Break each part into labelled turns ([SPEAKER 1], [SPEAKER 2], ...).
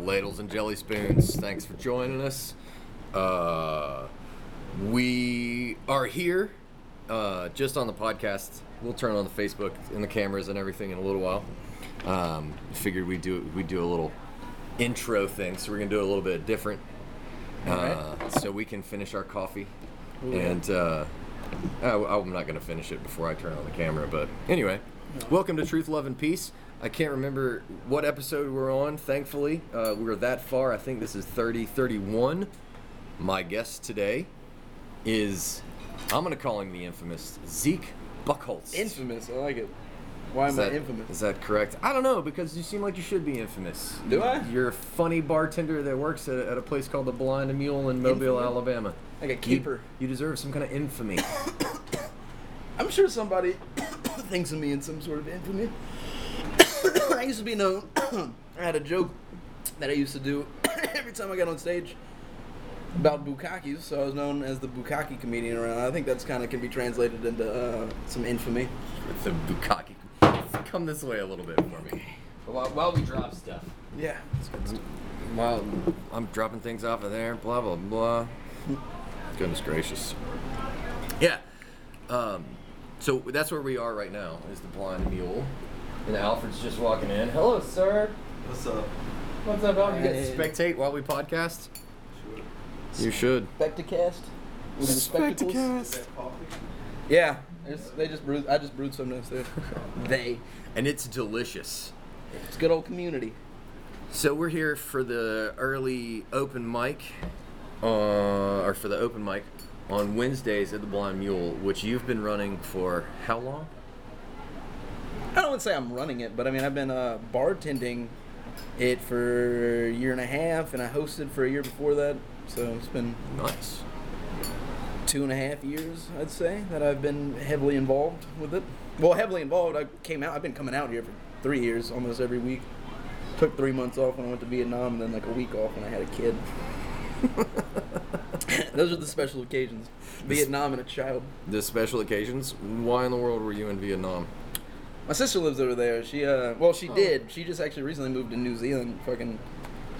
[SPEAKER 1] Ladles and Jelly Spoons. Thanks for joining us. Uh, we are here uh, just on the podcast. We'll turn on the Facebook and the cameras and everything in a little while. Um, figured we do we do a little intro thing, so we're gonna do it a little bit different, uh, so we can finish our coffee. And uh, I, am not gonna finish it before I turn on the camera, but anyway, welcome to Truth, Love, and Peace. I can't remember what episode we're on. Thankfully, uh, we're that far. I think this is 30, 31. My guest today is I'm gonna call him the infamous Zeke Buckholz.
[SPEAKER 2] Infamous. I like it. Why am
[SPEAKER 1] Is that-
[SPEAKER 2] I infamous?
[SPEAKER 1] Is that correct? I don't know because you seem like you should be infamous.
[SPEAKER 2] Do I?
[SPEAKER 1] You're a funny bartender that works at a, at a place called the Blind Mule in Mobile,
[SPEAKER 2] Infamy?
[SPEAKER 1] Alabama.
[SPEAKER 2] Like a
[SPEAKER 1] You-
[SPEAKER 2] keeper.
[SPEAKER 1] You, deserve some kind of infamy.
[SPEAKER 2] I'm sure somebody thinks of me in some sort of infamy. I used to be known. I had a joke that I used to do every time I got on stage about bukkakis, so I was known as the bukkake comedian around. I think that's kind of can be translated into uh, some infamy.
[SPEAKER 1] the bukkake. Come this way a little bit for me. While, while we drop stuff.
[SPEAKER 2] Yeah. It's good.
[SPEAKER 1] While I'm dropping things off of there, blah blah blah. Goodness gracious. Yeah. Um, so that's where we are right now. Is the Blind Mule, and Alfred's just walking in. Hello, sir.
[SPEAKER 3] What's up?
[SPEAKER 1] What's up, Alfred?
[SPEAKER 2] Hey.
[SPEAKER 1] You got spectate while we podcast. You should.
[SPEAKER 2] Spectacast. With the spectacles. Yeah. It's- They just brewed, I just brewed some notes there. they.
[SPEAKER 1] And it's delicious.
[SPEAKER 2] It's good old community.
[SPEAKER 1] So we're here for the early open mic, uh, or for the open mic on Wednesdays at the Blind Mule, which you've been running for how long?
[SPEAKER 2] I don't want to say I'm running it, but I mean I've been uh, bartending it for a year and a half, and I hosted for a year before that. So it's been
[SPEAKER 1] Nice.
[SPEAKER 2] two and a half years, I'd say, that I've been heavily involved with it. Well, heavily involved. I came out. I've been coming out here for three years, almost every week. Took three months off when I went to Vietnam, and then like a week off when I had a kid. Those are the special occasions. Vietnam and a child.
[SPEAKER 1] The special occasions. Why in the world were you in Vietnam?
[SPEAKER 2] My sister lives over there. She uh, well, she did. She just actually recently moved to New Zealand. Fucking,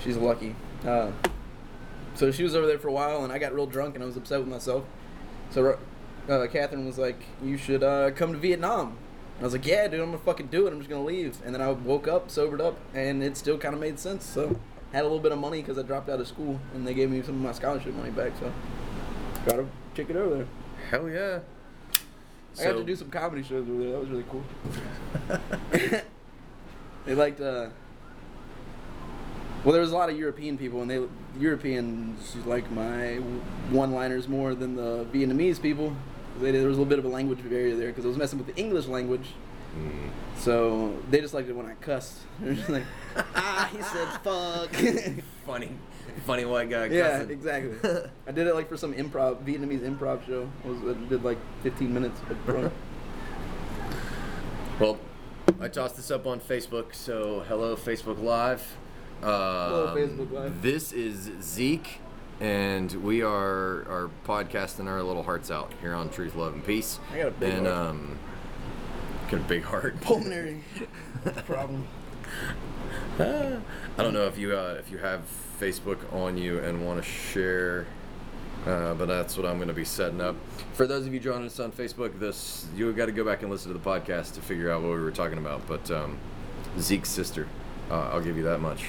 [SPEAKER 2] she's lucky. Uh, so she was over there for a while, and I got real drunk, and I was upset with myself. So uh, Catherine was like, "You should uh, come to Vietnam." And I was like, "Yeah, dude, I'm gonna fucking do it. I'm just gonna leave." And then I woke up, sobered up, and it still kind of made sense. So had a little bit of money because I dropped out of school, and they gave me some of my scholarship money back. So gotta check it over there.
[SPEAKER 1] Hell yeah.
[SPEAKER 2] I got to do some comedy shows over there. That was really cool. they liked. Uh, well, there was a lot of European people, and they Europeans like my one-liners more than the Vietnamese people. They, there was a little bit of a language barrier there because I was messing with the English language. Mm. So they just liked it when I cussed. They were just like, ah, he said fuck.
[SPEAKER 1] funny, funny white guy.
[SPEAKER 2] yeah,
[SPEAKER 1] cussing.
[SPEAKER 2] exactly. I did it like for some improv Vietnamese improv show. I, was, I did like 15 minutes. Of drunk.
[SPEAKER 1] Well, I tossed this up on Facebook, so hello Facebook Live. Um, hello
[SPEAKER 2] Facebook Live.
[SPEAKER 1] This is Zeke, and we are are podcasting our little hearts out here on Truth, Love, and Peace.
[SPEAKER 2] I got a big
[SPEAKER 1] and,
[SPEAKER 2] heart.
[SPEAKER 1] um, got a big heart.
[SPEAKER 2] pulmonary problem.
[SPEAKER 1] I don't know if you uh, if you have Facebook on you and want to share, uh, but that's what I'm going to be setting up. For those of you joining us on Facebook, this you got to go back and listen to the podcast to figure out what we were talking about. But um, Zeke's sister, uh, I'll give you that much.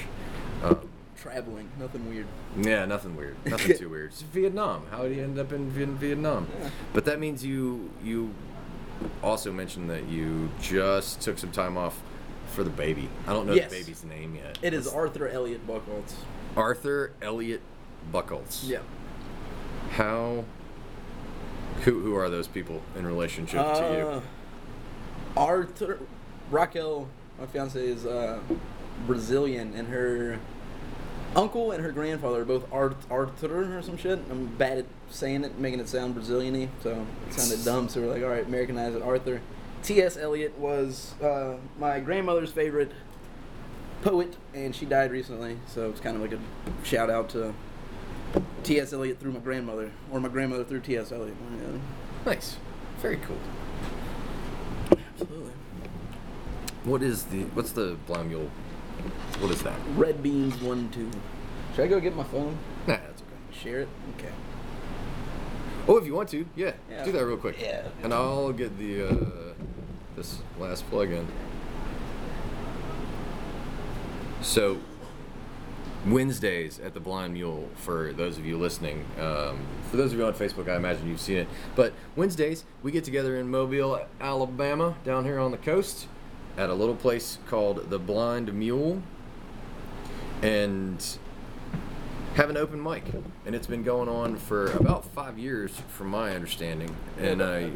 [SPEAKER 1] Uh,
[SPEAKER 2] Traveling, nothing weird.
[SPEAKER 1] yeah, nothing weird, nothing too weird. It's Vietnam. How did you end up in Vien- Vietnam? But that means you you also mentioned that you just took some time off for the baby. I don't know
[SPEAKER 2] Yes.
[SPEAKER 1] the baby's name yet.
[SPEAKER 2] It is
[SPEAKER 1] Let's-
[SPEAKER 2] Arthur Elliot Buckholz.
[SPEAKER 1] Arthur Elliot Buckles. How? Who who are those people in relationship
[SPEAKER 2] Uh,
[SPEAKER 1] to
[SPEAKER 2] Arthur Raquel, my fiance is uh, Brazilian, and her uncle and her grandfather are both Art, Arthur or some shit. I'm bad at saying it, making it sound Brazilian-y, so it sounded dumb. So we're like, all right, Americanize it, Arthur. T.S. Eliot was uh, my grandmother's favorite poet, and she died recently, so it's kind of like a shout out to T.S. Eliot through my grandmother, or my grandmother through T.S. Eliot. one or the other.
[SPEAKER 1] you? Nice, very cool.
[SPEAKER 2] Absolutely.
[SPEAKER 1] What is the what's the Blind Mule What is that?
[SPEAKER 2] Red beans one two. Should I go get my phone?
[SPEAKER 1] Nah, that's okay.
[SPEAKER 2] Share it. Okay.
[SPEAKER 1] Oh, if you want to, yeah,
[SPEAKER 2] Yeah.
[SPEAKER 1] do that real quick.
[SPEAKER 2] Yeah.
[SPEAKER 1] And I'll get the uh, this last plug in. So Wednesdays at the Blind Mule for those of you listening. Um, for those of you on Facebook, I imagine you've seen it. But Wednesdays we get together in Mobile, Alabama, down here on the coast, at a little place called the Blind Mule, and have an open mic. And it's been going on for about five years, from my understanding. And I.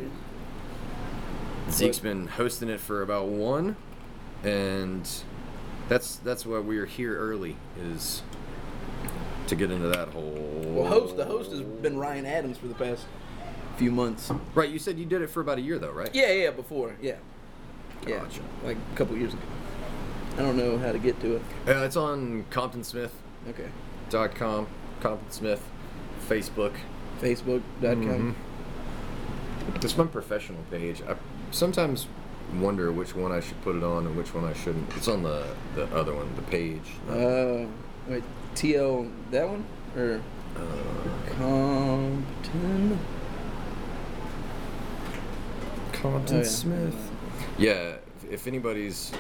[SPEAKER 1] Zeke's been hosting it for about one, and that's that's why we are here early is to get into that whole.
[SPEAKER 2] Well, host the host has been Ryan Adams for the past few months.
[SPEAKER 1] Right, you said you did it for about a year though, right?
[SPEAKER 2] Yeah, yeah, before, yeah, yeah,
[SPEAKER 1] Gotcha.
[SPEAKER 2] like a couple years ago. I don't know how to get to it.
[SPEAKER 1] Uh, it's on ComptonSmith.com,
[SPEAKER 2] Okay,
[SPEAKER 1] Compton Smith, Facebook.
[SPEAKER 2] Facebook.com.
[SPEAKER 1] It's my professional page. I sometimes wonder which one I should put it on and which one I shouldn't. It's on the the other one, the page. Mm-hmm.
[SPEAKER 2] Uh, wait, TL that one or
[SPEAKER 1] Uh,
[SPEAKER 2] Compton?
[SPEAKER 1] Compton
[SPEAKER 2] Oh, yeah.
[SPEAKER 1] Smith. Yeah, if- if anybody's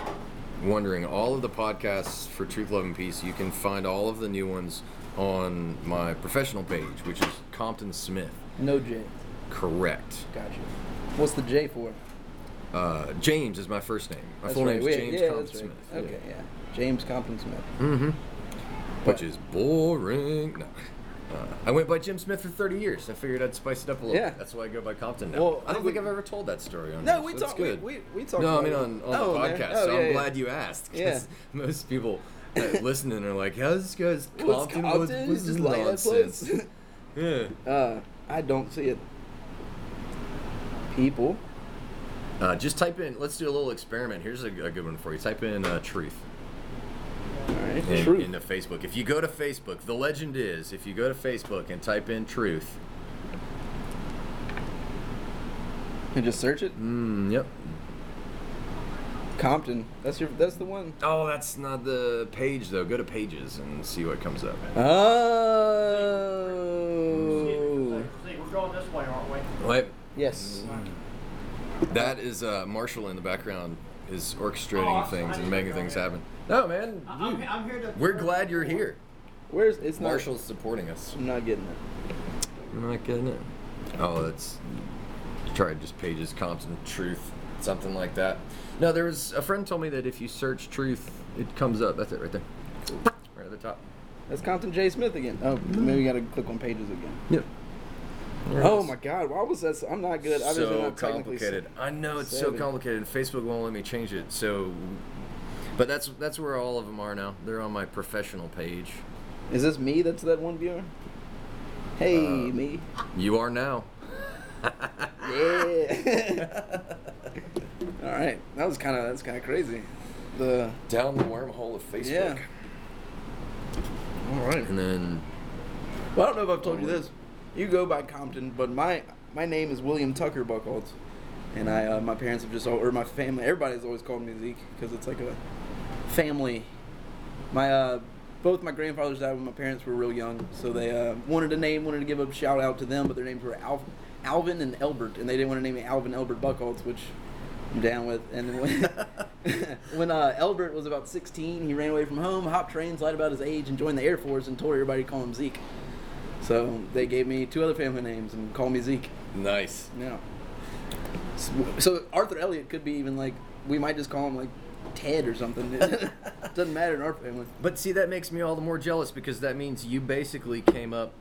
[SPEAKER 1] wondering, all of the podcasts for Truth, Love, and Peace, you can find all of the new ones on my professional page, which is Compton Smith.
[SPEAKER 2] No J.
[SPEAKER 1] Correct.
[SPEAKER 2] Gotcha. What's the J for?
[SPEAKER 1] Uh, James is my first name. My
[SPEAKER 2] That's
[SPEAKER 1] full
[SPEAKER 2] right,
[SPEAKER 1] name is
[SPEAKER 2] wait,
[SPEAKER 1] James
[SPEAKER 2] yeah,
[SPEAKER 1] Compton
[SPEAKER 2] that's right.
[SPEAKER 1] Smith.
[SPEAKER 2] Okay, yeah. James Compton Smith.
[SPEAKER 1] Mm-hmm. Which is boring. No. Uh, I went by Jim Smith for 30 years. I figured I'd spice it up a little.
[SPEAKER 2] Yeah.
[SPEAKER 1] bit. That's why I go by Compton now.
[SPEAKER 2] Well,
[SPEAKER 1] I don't
[SPEAKER 2] we-
[SPEAKER 1] think I've ever told that story on
[SPEAKER 2] No,
[SPEAKER 1] here,
[SPEAKER 2] we
[SPEAKER 1] so it's
[SPEAKER 2] talked. We,
[SPEAKER 1] good.
[SPEAKER 2] we, we talked.
[SPEAKER 1] No, I
[SPEAKER 2] about
[SPEAKER 1] mean
[SPEAKER 2] it.
[SPEAKER 1] on, on
[SPEAKER 2] Oh,
[SPEAKER 1] the
[SPEAKER 2] man.
[SPEAKER 1] podcast.
[SPEAKER 2] Oh,
[SPEAKER 1] so
[SPEAKER 2] yeah,
[SPEAKER 1] I'm
[SPEAKER 2] yeah.
[SPEAKER 1] glad you asked. 'cause
[SPEAKER 2] Yeah.
[SPEAKER 1] Most people uh, listening are like, "How's this guy's
[SPEAKER 2] What's
[SPEAKER 1] Compton?
[SPEAKER 2] Compton?
[SPEAKER 1] What's-
[SPEAKER 2] It's
[SPEAKER 1] what's
[SPEAKER 2] just
[SPEAKER 1] this
[SPEAKER 2] like that place.
[SPEAKER 1] nonsense?" yeah.
[SPEAKER 2] Uh, I don't see it. People.
[SPEAKER 1] Uh, just type in. Let's do a little experiment. Here's a, a good one for you. Type in uh, truth.
[SPEAKER 2] All right.
[SPEAKER 1] in,
[SPEAKER 2] Truth.
[SPEAKER 1] into Facebook. If you go to Facebook, the legend is if you go to Facebook and type in truth,
[SPEAKER 2] and just search it.
[SPEAKER 1] mm, yep.
[SPEAKER 2] Compton. That's your. That's the one.
[SPEAKER 1] Oh, that's not the page though. Go to pages and see what comes up.
[SPEAKER 2] Oh.
[SPEAKER 3] See, we're going this way, aren't we?
[SPEAKER 1] Wait,
[SPEAKER 2] Yes.
[SPEAKER 1] that is uh, Marshall in the background is orchestrating
[SPEAKER 3] Oh, I'm
[SPEAKER 1] things
[SPEAKER 3] sorry.
[SPEAKER 1] and making things happen. No, man,
[SPEAKER 3] I- I'm, I'm here to.
[SPEAKER 1] we're glad you're here.
[SPEAKER 2] Where's it's not.
[SPEAKER 1] Marshall's supporting us.
[SPEAKER 2] I'm not getting it.
[SPEAKER 1] I'm not getting it. Oh, that's try just pages, Compton, truth, something like that. No, there was a friend told me that if you search truth, it comes up. That's it right there, right at the top.
[SPEAKER 2] That's Compton J. Smith again. Oh,
[SPEAKER 1] Mm.
[SPEAKER 2] maybe we gotta click on pages again.
[SPEAKER 1] Yep.
[SPEAKER 2] Oh my God! Why was that? So, I'm not good. Obviously
[SPEAKER 1] so
[SPEAKER 2] not technically s-
[SPEAKER 1] complicated. I know it's so
[SPEAKER 2] savvy.
[SPEAKER 1] complicated. Facebook won't let me change it. So, but that's that's where all of them are now. They're on my professional page.
[SPEAKER 2] Is this me? That's that one viewer. Hey,
[SPEAKER 1] Uh,
[SPEAKER 2] me.
[SPEAKER 1] You are now.
[SPEAKER 2] Yeah. All right, that was kind of that's kind of crazy. The
[SPEAKER 1] Down the wormhole of Facebook.
[SPEAKER 2] yeah. All right.
[SPEAKER 1] And then
[SPEAKER 2] Well, I don't know if I've told you this. You go by Compton, but my my name is William Tucker Buckholz, and I uh, my parents have just al- or my family everybody's always called me Zeke because it's like a family. My uh, both my grandfathers died when my parents were real young, so they uh, wanted a name, wanted to give a shout out to them, but their names were Al- Alvin and Elbert, and they didn't want to name me Alvin Elbert Buckholz, which I'm down with. And then when, when uh, Elbert was about 16, he ran away from home, hopped trains, lied about his age, and joined the Air Force, and told everybody to call him Zeke. So they gave me two other family names and called me Zeke.
[SPEAKER 1] nice.
[SPEAKER 2] Now, so, so Arthur Elliott could be even like we might just call him like Ted or something. It doesn't matter in our family.
[SPEAKER 1] But see, that makes me all the more jealous because that means you basically came up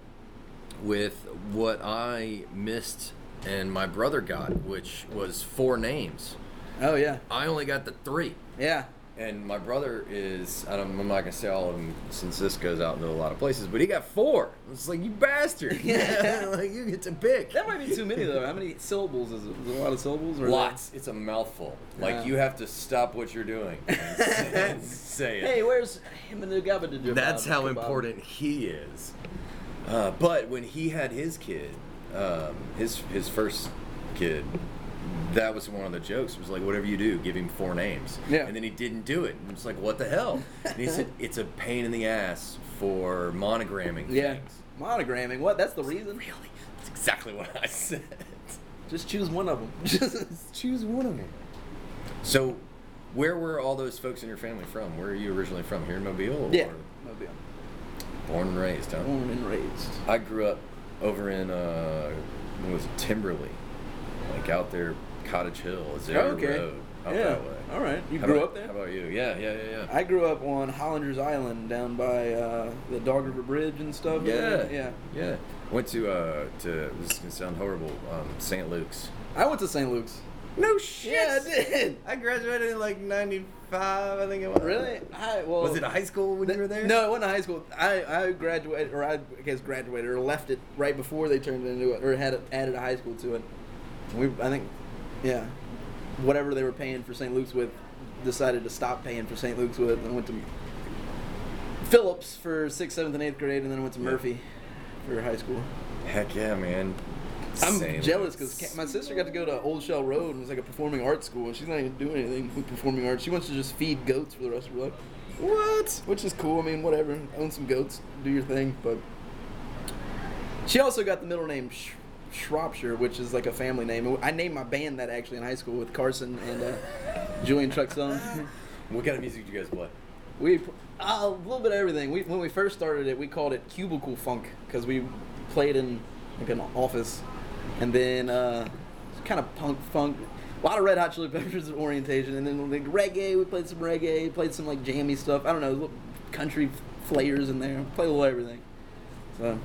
[SPEAKER 1] with what I missed and my brother got, which was four names.
[SPEAKER 2] Oh yeah,
[SPEAKER 1] I only got the three.
[SPEAKER 2] yeah.
[SPEAKER 1] And my brother is, I don't, I'm not going to say all of them since this goes out into a lot of places, but he got four. It's like, you bastard.
[SPEAKER 2] Yeah.
[SPEAKER 1] like, you get to pick.
[SPEAKER 2] That might be too many though. How many syllables is it? Is it a lot of syllables or
[SPEAKER 1] Lots. It's a mouthful. Like,
[SPEAKER 2] Yeah.
[SPEAKER 1] you have to stop what you're doing and say, and say it.
[SPEAKER 2] Hey, where's him and the gabba to do?
[SPEAKER 1] That's how important he is. Uh, but when he had his kid, um, his his first kid, that was one of the jokes. It was like, whatever you do, give him four names.
[SPEAKER 2] Yeah.
[SPEAKER 1] And then he didn't do it. And it's like, what the hell? And he said, it's a pain in the ass for monogramming
[SPEAKER 2] Yeah.
[SPEAKER 1] things.
[SPEAKER 2] Monogramming. What? That's the reason.
[SPEAKER 1] Really? That's exactly what I said.
[SPEAKER 2] Just choose one of them. Just choose one of them.
[SPEAKER 1] So, where were all those folks in your family from? Where are you originally from? Here in Mobile? Or
[SPEAKER 2] Yeah. Mobile.
[SPEAKER 1] born and raised, huh?
[SPEAKER 2] Born and raised.
[SPEAKER 1] I grew up over in uh, what was it, Timberley, like out there, Cottage Hill, Azaria
[SPEAKER 2] okay.
[SPEAKER 1] Road, uh, out
[SPEAKER 2] yeah.
[SPEAKER 1] that way.
[SPEAKER 2] All right. You
[SPEAKER 1] How
[SPEAKER 2] grew
[SPEAKER 1] about-
[SPEAKER 2] up there.
[SPEAKER 1] How about you? Yeah, yeah, yeah, yeah.
[SPEAKER 2] I grew up on Hollinger's Island down by uh, the Dog River Bridge and stuff.
[SPEAKER 1] yeah,
[SPEAKER 2] Yeah.
[SPEAKER 1] yeah. Went to uh, to this is gonna sound horrible, um, St. Luke's.
[SPEAKER 2] I went to St. Luke's.
[SPEAKER 1] No shit.
[SPEAKER 2] Yeah, I did.
[SPEAKER 1] I graduated in like '95, I think it was.
[SPEAKER 2] Really? I, well,
[SPEAKER 1] Was it high school when you were there?
[SPEAKER 2] No, I went to high school. I, I graduated, or I, I guess graduated, or left it right before they turned it into it, or had it, added a high school to it. We, I think, yeah, whatever they were paying for St. Luke's with, decided to stop paying for St. Luke's with, and went to Phillips for sixth, seventh, and eighth grade, and then went to
[SPEAKER 1] Yeah.
[SPEAKER 2] Murphy for high school.
[SPEAKER 1] Heck yeah, man.
[SPEAKER 2] I'm
[SPEAKER 1] St.
[SPEAKER 2] jealous
[SPEAKER 1] Luke's.
[SPEAKER 2] because my sister got to go to Old Shell Road and it was like a performing arts school. She's not even doing anything with performing arts. She wants to just feed goats for the rest of her life. What? Which is cool. I mean, whatever. Own some goats, do your thing. But she also got the middle name Sh- Shropshire, which is like a family name. I named my band that actually in high school with Carson and uh, Julian Truxon.
[SPEAKER 1] What kind of music did you guys play?
[SPEAKER 2] We uh, a little bit of everything. We when we first started it, we called it cubicle funk because we played in like an office, and then uh, kind of punk funk. A lot of Red Hot Chili Peppers orientation, and then like reggae. We played some reggae, played some like jammy stuff. I don't know, little country flavors in there. Play a little everything. So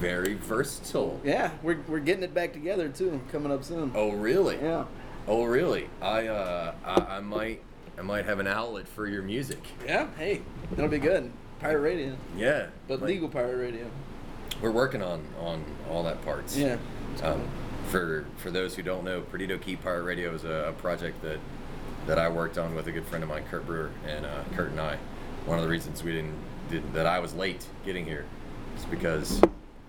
[SPEAKER 1] Very versatile.
[SPEAKER 2] yeah, we're we're getting it back together too. Coming up soon.
[SPEAKER 1] Oh really?
[SPEAKER 2] Yeah.
[SPEAKER 1] Oh really? I uh I, I might I might have an outlet for your music.
[SPEAKER 2] Yeah. Hey, that'll be good. Pirate radio,
[SPEAKER 1] Yeah.
[SPEAKER 2] but
[SPEAKER 1] like,
[SPEAKER 2] legal pirate radio.
[SPEAKER 1] We're working on on all that parts.
[SPEAKER 2] Yeah.
[SPEAKER 1] Um, for for those who don't know, Perdido Key Pirate Radio is a, a project that that I worked on with a good friend of mine, Kurt Brewer, and uh, Kurt and I. One of the reasons we didn't did, that I was late getting here is because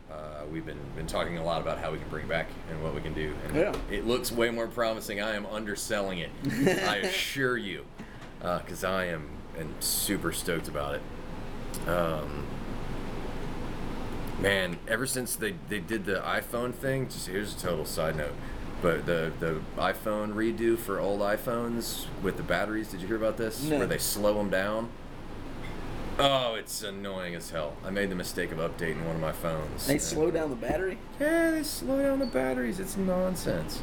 [SPEAKER 1] uh, we've been been talking a lot about how we can bring back and what we can do. And
[SPEAKER 2] Yeah.
[SPEAKER 1] It looks way more promising. I am underselling it. I assure you, because I am am super stoked about it. Um, man, ever since they, they did the iPhone thing, just here's a total side note, but the the iPhone redo for old iPhones with the batteries. Did you hear about this?
[SPEAKER 2] No.
[SPEAKER 1] Where they slow them down. Oh, it's annoying as hell. I made the mistake of updating one of my phones.
[SPEAKER 2] They
[SPEAKER 1] And-
[SPEAKER 2] slow down the battery.
[SPEAKER 1] Yeah, they slow down the batteries. It's nonsense.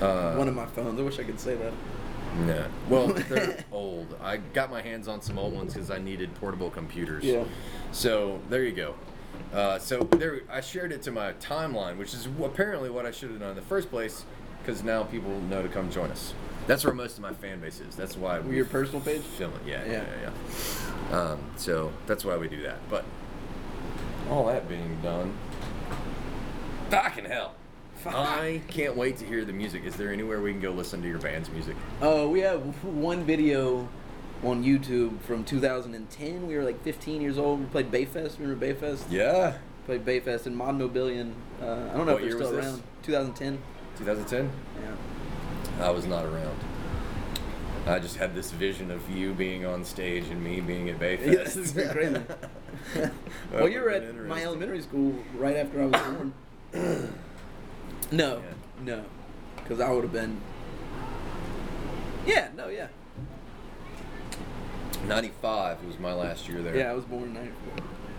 [SPEAKER 1] Uh,
[SPEAKER 2] One of my phones. I wish I could say that.
[SPEAKER 1] no. Well, they're old. I got my hands on some old ones because I needed portable computers.
[SPEAKER 2] Yeah.
[SPEAKER 1] So there you go. Uh, so there, I shared it to my timeline, which is wh- apparently what I should have done in the first place, because now people know to come join us. That's where most of my fan base is. That's why we
[SPEAKER 2] Your personal page?
[SPEAKER 1] film it. Yeah, yeah,
[SPEAKER 2] Yeah.
[SPEAKER 1] yeah. yeah. Um, so that's why we do that. But all that being done, fucking hell, I can't wait to hear the music. Is there anywhere we can go listen to your band's music?
[SPEAKER 2] Uh, we have one video on YouTube from 2010. We were like 15 years old. We played Bayfest. Remember Bayfest?
[SPEAKER 1] Yeah.
[SPEAKER 2] Played Bayfest and Mod Mobillion. Uh, I don't know
[SPEAKER 1] What
[SPEAKER 2] if
[SPEAKER 1] year
[SPEAKER 2] they're still
[SPEAKER 1] was this?
[SPEAKER 2] around. 2010.
[SPEAKER 1] 2010?
[SPEAKER 2] Yeah.
[SPEAKER 1] I was not around. I just had this vision of you being on stage and me being at Bayfest.
[SPEAKER 2] Yeah, this is crazy. well, you were at my elementary school right after I was born. no,
[SPEAKER 1] Yeah.
[SPEAKER 2] no, because I would have been. Yeah. No. Yeah.
[SPEAKER 1] 95 was my last year there.
[SPEAKER 2] Yeah. I was born in 94.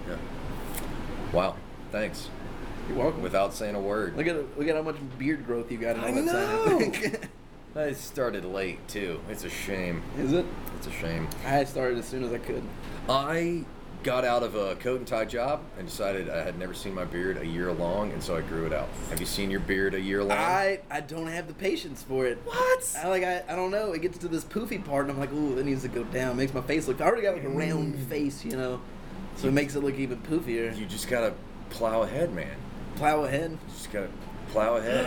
[SPEAKER 1] Yeah. Wow. Thanks.
[SPEAKER 2] You're welcome.
[SPEAKER 1] Without saying a word.
[SPEAKER 2] Look at look at how much beard growth you got in
[SPEAKER 1] I
[SPEAKER 2] all that
[SPEAKER 1] know.
[SPEAKER 2] time. I think.
[SPEAKER 1] I started late too. It's a shame.
[SPEAKER 2] Is it?
[SPEAKER 1] It's a shame.
[SPEAKER 2] I started as soon as I could.
[SPEAKER 1] I got out of a coat and tie job and decided I had never seen my beard a year long, and so I grew it out. Have you seen your beard a year long?
[SPEAKER 2] I I don't have the patience for it.
[SPEAKER 1] What?
[SPEAKER 2] I like I, I don't know. It gets to this poofy part, and I'm like, ooh, it needs to go down. Makes my face look. I already got like a round face, you know, so it makes it look even poofier.
[SPEAKER 1] Mm. You just gotta plow ahead, man.
[SPEAKER 2] plow ahead.
[SPEAKER 1] You just gotta plow ahead.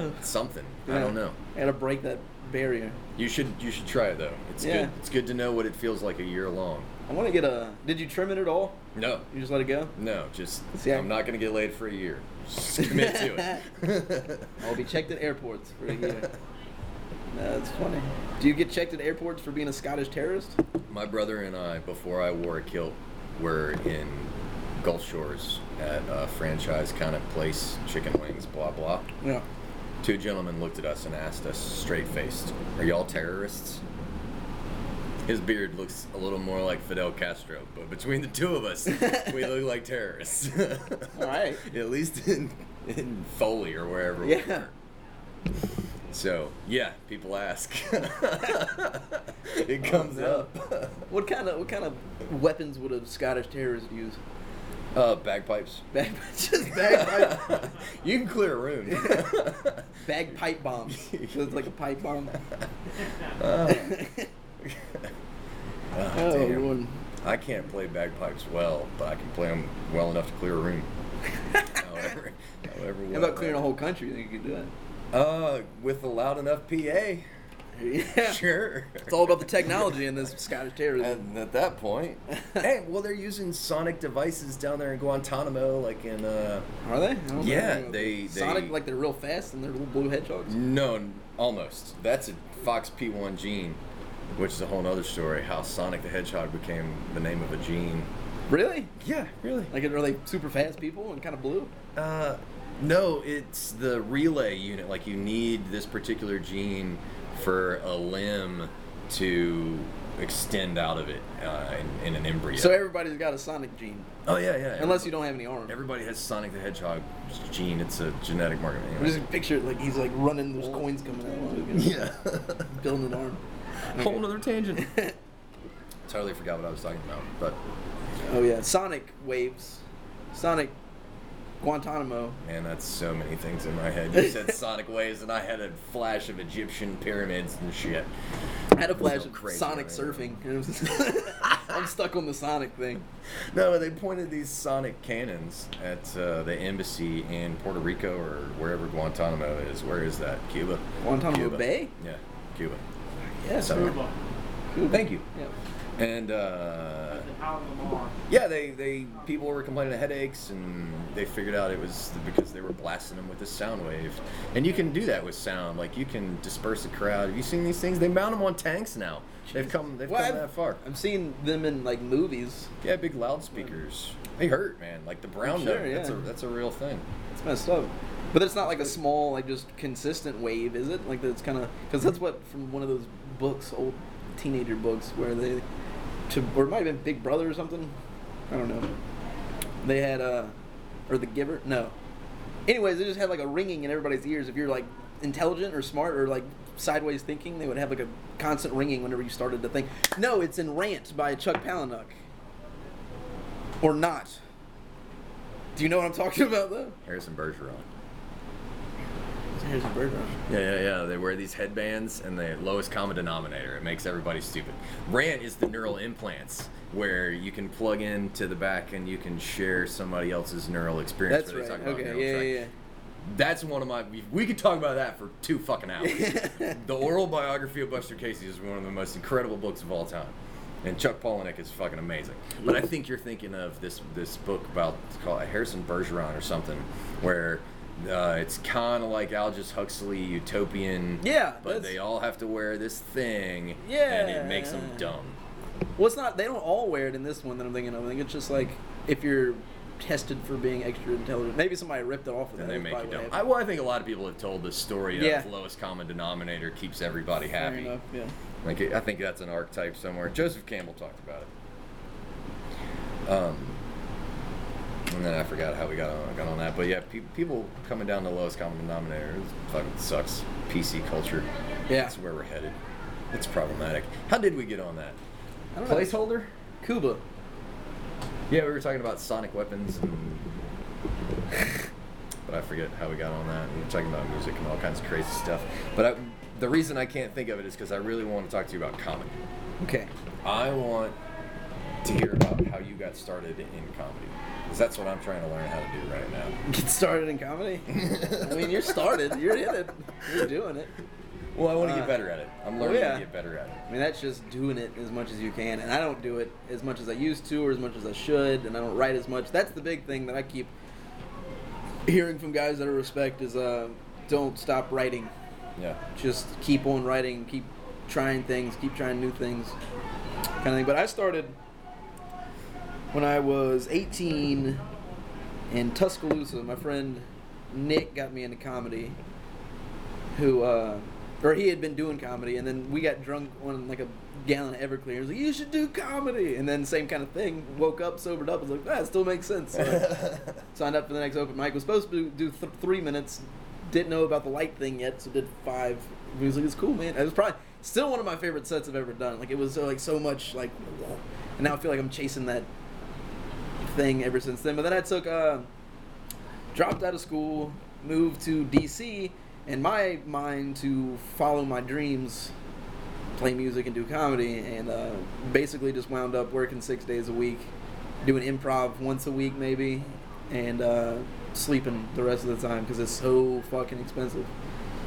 [SPEAKER 1] or something. I don't know.
[SPEAKER 2] I gotta break that barrier.
[SPEAKER 1] You should you should try it though. It's
[SPEAKER 2] Yeah.
[SPEAKER 1] good. It's good to know what it feels like a year long.
[SPEAKER 2] I want to get a. Did you trim it at all?
[SPEAKER 1] No,
[SPEAKER 2] You just let it go.
[SPEAKER 1] no, just
[SPEAKER 2] See, I-
[SPEAKER 1] I'm not gonna get laid for a year. Just commit to it.
[SPEAKER 2] I'll be checked at airports for a year. That's funny. Do you get checked at airports for being a Scottish terrorist?
[SPEAKER 1] My brother and I, before I wore a kilt, were in Gulf Shores at a franchise kind of place, chicken wings, blah blah.
[SPEAKER 2] Yeah.
[SPEAKER 1] Two gentlemen looked at us and asked us straight faced, Are y'all terrorists? His beard looks a little more like Fidel Castro, but between the two of us, we look like terrorists.
[SPEAKER 2] All right.
[SPEAKER 1] At least in, in Foley or wherever we
[SPEAKER 2] Yeah.
[SPEAKER 1] were. So, yeah, people ask. it comes
[SPEAKER 2] Oh, no.
[SPEAKER 1] up.
[SPEAKER 2] What kind of what kind of weapons would a Scottish terrorist use?
[SPEAKER 1] Uh, bagpipes.
[SPEAKER 2] Bag, just bagpipe,
[SPEAKER 1] you can clear a room.
[SPEAKER 2] bagpipe bombs. So it's like a pipe bomb.
[SPEAKER 1] Uh, ah,
[SPEAKER 2] Oh,
[SPEAKER 1] damn.
[SPEAKER 2] Lord.
[SPEAKER 1] I can't play bagpipes well, but I can play them well enough to clear a room. however, however
[SPEAKER 2] How
[SPEAKER 1] well
[SPEAKER 2] about clearing
[SPEAKER 1] that-
[SPEAKER 2] a whole country? You think you could do
[SPEAKER 1] Uh, with a loud enough PA.
[SPEAKER 2] that? Yeah.
[SPEAKER 1] Sure.
[SPEAKER 2] It's all about the technology in this Scottish terrorism.
[SPEAKER 1] And at that point, hey, well, they're using sonic devices down there in Guantanamo, like in uh,
[SPEAKER 2] Are they? I don't know.
[SPEAKER 1] Yeah, they-
[SPEAKER 2] Sonic
[SPEAKER 1] they- Mm.
[SPEAKER 2] like they're real fast and they're little blue hedgehogs.
[SPEAKER 1] No, n- almost. That's a Fox P1 gene, which is a whole other story. How Sonic the Hedgehog became the name of a gene.
[SPEAKER 2] Really?
[SPEAKER 1] Yeah, really.
[SPEAKER 2] Like are they super fast people and kind of blue?
[SPEAKER 1] Uh, no, it's the relay unit. Like you need this particular gene for a limb to extend out of it uh, in, in an embryo.
[SPEAKER 2] So everybody's got a Sonic gene,
[SPEAKER 1] oh yeah, yeah.
[SPEAKER 2] unless you don't have any arms.
[SPEAKER 1] Everybody has Sonic the Hedgehog gene. It's a genetic marker.
[SPEAKER 2] I just picture it like he's like running. There's coins coming out.
[SPEAKER 1] yeah.
[SPEAKER 2] Building an arm.
[SPEAKER 1] Whole another tangent. Totally forgot what I was talking about, but
[SPEAKER 2] Oh yeah, Sonic waves, Sonic Guantanamo.
[SPEAKER 1] Man, that's so many things in my head. You said sonic waves, and I had a flash of Egyptian pyramids and shit.
[SPEAKER 2] I had a flash
[SPEAKER 1] So
[SPEAKER 2] of
[SPEAKER 1] crazy, right?
[SPEAKER 2] Sonic surfing. It was- I'm stuck on the Sonic thing.
[SPEAKER 1] No, they pointed these sonic cannons at uh, the embassy in Puerto Rico or wherever Guantanamo is. Where is that? Cuba.
[SPEAKER 2] Guantanamo
[SPEAKER 1] Cuba.
[SPEAKER 2] Bay?
[SPEAKER 1] Yeah, Cuba.
[SPEAKER 2] Yeah,
[SPEAKER 1] So-
[SPEAKER 2] sure.
[SPEAKER 3] Cuba,
[SPEAKER 2] Cool.
[SPEAKER 1] Thank you.
[SPEAKER 2] Yeah.
[SPEAKER 1] And uh,
[SPEAKER 3] the power of the law.
[SPEAKER 1] yeah, they, they people were complaining of headaches, and they figured out it was because they were blasting them with a sound wave. And you can do that with sound. Like you can disperse a crowd. Have you seen these things? They mount them on tanks now. They've come. They've
[SPEAKER 2] Well,
[SPEAKER 1] come
[SPEAKER 2] I've-
[SPEAKER 1] that far.
[SPEAKER 2] I'm seeing them in like movies.
[SPEAKER 1] Yeah, big loudspeakers. They hurt, man. Like the brown
[SPEAKER 2] Sure,
[SPEAKER 1] note. That's a
[SPEAKER 2] yeah.
[SPEAKER 1] that's a real thing.
[SPEAKER 2] It's messed up. But it's not like a small, like just consistent wave, is it? Like that's kind of because that's what from one of those books, old teenager books, where they, to or it might have been Big Brother or something. I don't know. They had uh, or The Giver. No. Anyways, they just had like a ringing in everybody's ears. If you're like intelligent or smart or like sideways thinking, they would have like a constant ringing whenever you started to think. No, it's in Rant by Chuck Palahniuk. Or not. Do you know what I'm talking about though?
[SPEAKER 1] Harrison Bergeron.
[SPEAKER 2] Here's a bird run.
[SPEAKER 1] Yeah, yeah, yeah. They wear these headbands and the lowest common denominator. It makes everybody stupid. Rant is the neural implants where you can plug into the back and you can share somebody else's neural experience.
[SPEAKER 2] That's
[SPEAKER 1] where they
[SPEAKER 2] right.
[SPEAKER 1] talk about neural
[SPEAKER 2] Okay, yeah,
[SPEAKER 1] track. That's one of my. We could talk about that for two fucking hours.
[SPEAKER 2] yeah, yeah.
[SPEAKER 1] the oral biography of Buster Casey is one of the most incredible books of all time, and Chuck Palahniuk is fucking amazing. But I think you're thinking of this this book about it's called Harrison Bergeron or something, where uh, it's kind of like Aldous Huxley utopian.
[SPEAKER 2] Yeah,
[SPEAKER 1] But
[SPEAKER 2] that's-
[SPEAKER 1] they all have to wear this thing. And it makes them
[SPEAKER 2] Yeah.
[SPEAKER 1] dumb.
[SPEAKER 2] well, it's not. They don't all wear it in this one that I'm thinking of. I think it's just like if you're tested for being extra intelligent. Maybe somebody ripped it off of
[SPEAKER 1] And
[SPEAKER 2] that.
[SPEAKER 1] they
[SPEAKER 2] That's
[SPEAKER 1] make you
[SPEAKER 2] probably
[SPEAKER 1] dumb.
[SPEAKER 2] what
[SPEAKER 1] I,
[SPEAKER 2] happened.
[SPEAKER 1] well, I think a lot of people have told the story
[SPEAKER 2] Yeah.
[SPEAKER 1] of lowest common denominator keeps everybody
[SPEAKER 2] Fair
[SPEAKER 1] happy.
[SPEAKER 2] enough, yeah.
[SPEAKER 1] Like I think that's an archetype somewhere. Joseph Campbell talked about it. Um, and then I forgot how we got on, got on that, but yeah, pe- people coming down to the lowest common denominator it fucking sucks. PC culture.
[SPEAKER 2] Yeah.
[SPEAKER 1] that's where we're headed. It's problematic. How did we get on that?
[SPEAKER 2] I don't know.
[SPEAKER 1] Placeholder?
[SPEAKER 2] Cuba.
[SPEAKER 1] Yeah, we were talking about sonic weapons, and but I forget how we got on that. We were talking about music and all kinds of crazy stuff. But I, the reason I can't think of it is because I really want to talk to you about comedy.
[SPEAKER 2] Okay.
[SPEAKER 1] I want to hear about how you got started in comedy. Because that's what I'm trying to learn how to do right now.
[SPEAKER 2] Get started in comedy. I mean, you're started. You're in it. You're doing it.
[SPEAKER 1] Well, I want to
[SPEAKER 2] Uh,
[SPEAKER 1] get better at it. I'm
[SPEAKER 2] well,
[SPEAKER 1] learning
[SPEAKER 2] yeah.
[SPEAKER 1] to get better at it.
[SPEAKER 2] I mean, that's just doing it as much as you can. And I don't do it as much as I used to or as much as I should. And I don't write as much. That's the big thing that I keep hearing from guys that I respect is uh, don't stop writing.
[SPEAKER 1] Yeah.
[SPEAKER 2] just keep on writing, keep trying things, keep trying new things, kind of thing. But I started when I was 18 in Tuscaloosa. My friend Nick got me into comedy, who, uh, or he had been doing comedy, and then we got drunk on like a gallon of Everclear. He was like, "You should do comedy," and then same kind of thing. Woke up, sobered up, was like, "That still makes sense." So I- signed up for the next open mic. Was supposed to do th- three minutes. Didn't know about the light thing yet, so did five. He was like, "It's cool, man." It was probably still one of my favorite sets I've ever done. Like it was uh, like so much like, and now I feel like I'm chasing that thing ever since then. But then I took, uh, dropped out of school, moved to DC, and my mind to follow my dreams, play music and do comedy, and uh, basically just wound up working six days a week, doing improv once a week maybe, and uh, sleeping the rest of the time because it's so fucking expensive.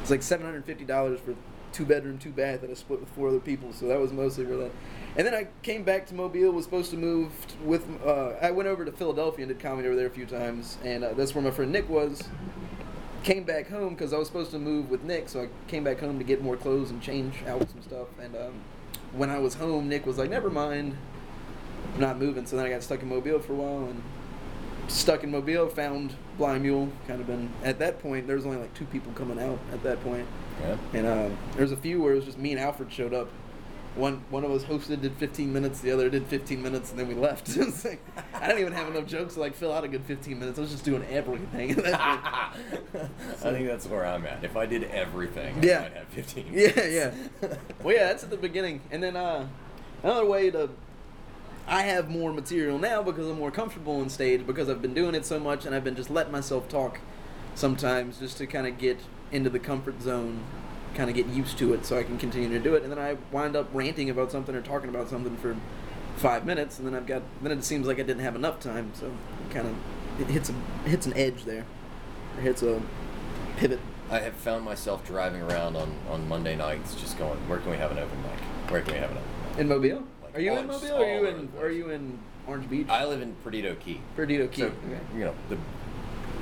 [SPEAKER 2] It's like seven hundred fifty dollars for two bedroom, two bath that I split with four other people. So that was mostly for that. And then I came back to Mobile. Was supposed to move t- with. Uh, I went over to Philadelphia and did comedy over there a few times, and uh, that's where my friend Nick was. Came back home because I was supposed to move with Nick, so I came back home to get more clothes and change out some stuff. And um, when I was home, Nick was like, "Never mind, I'm not moving." So then I got stuck in Mobile for a while, and stuck in Mobile, found Blind Mule. Kind of been at that point. There was only like two people coming out at that point,
[SPEAKER 1] Yeah.
[SPEAKER 2] and uh, there was a few where it was just me and Alfred showed up. One one of us hosted, did 15 minutes. The other did 15 minutes, and then we left. It was like, I didn't even have enough jokes to like fill out a good 15 minutes. I was just doing everything. at that point.
[SPEAKER 1] I think that's where I'm at. If I did everything,
[SPEAKER 2] Yeah.
[SPEAKER 1] I might have 15.
[SPEAKER 2] Yeah, yeah. well, yeah, that's at the beginning. And then uh, another way to. I have more material now because I'm more comfortable on stage because I've been doing it so much and I've been just letting myself talk sometimes just to kind of get into the comfort zone, kind of get used to it so I can continue to do it. And then I wind up ranting about something or talking about something for five minutes and then I've got. Then it seems like I didn't have enough time, so it kind of. It hits, a, hits an edge there. It hits a pivot.
[SPEAKER 1] I have found myself driving around on, on Monday nights just going, where can we have an open mic? Where can we have an open mic?
[SPEAKER 2] In Mobile?
[SPEAKER 1] Like
[SPEAKER 2] are you
[SPEAKER 1] all
[SPEAKER 2] in
[SPEAKER 1] just
[SPEAKER 2] Mobile? Or are
[SPEAKER 1] all
[SPEAKER 2] you
[SPEAKER 1] over the
[SPEAKER 2] in?
[SPEAKER 1] place.
[SPEAKER 2] Are you in Orange Beach?
[SPEAKER 1] I live in Perdido Key.
[SPEAKER 2] Perdido Key.
[SPEAKER 1] So,
[SPEAKER 2] okay.
[SPEAKER 1] you know, the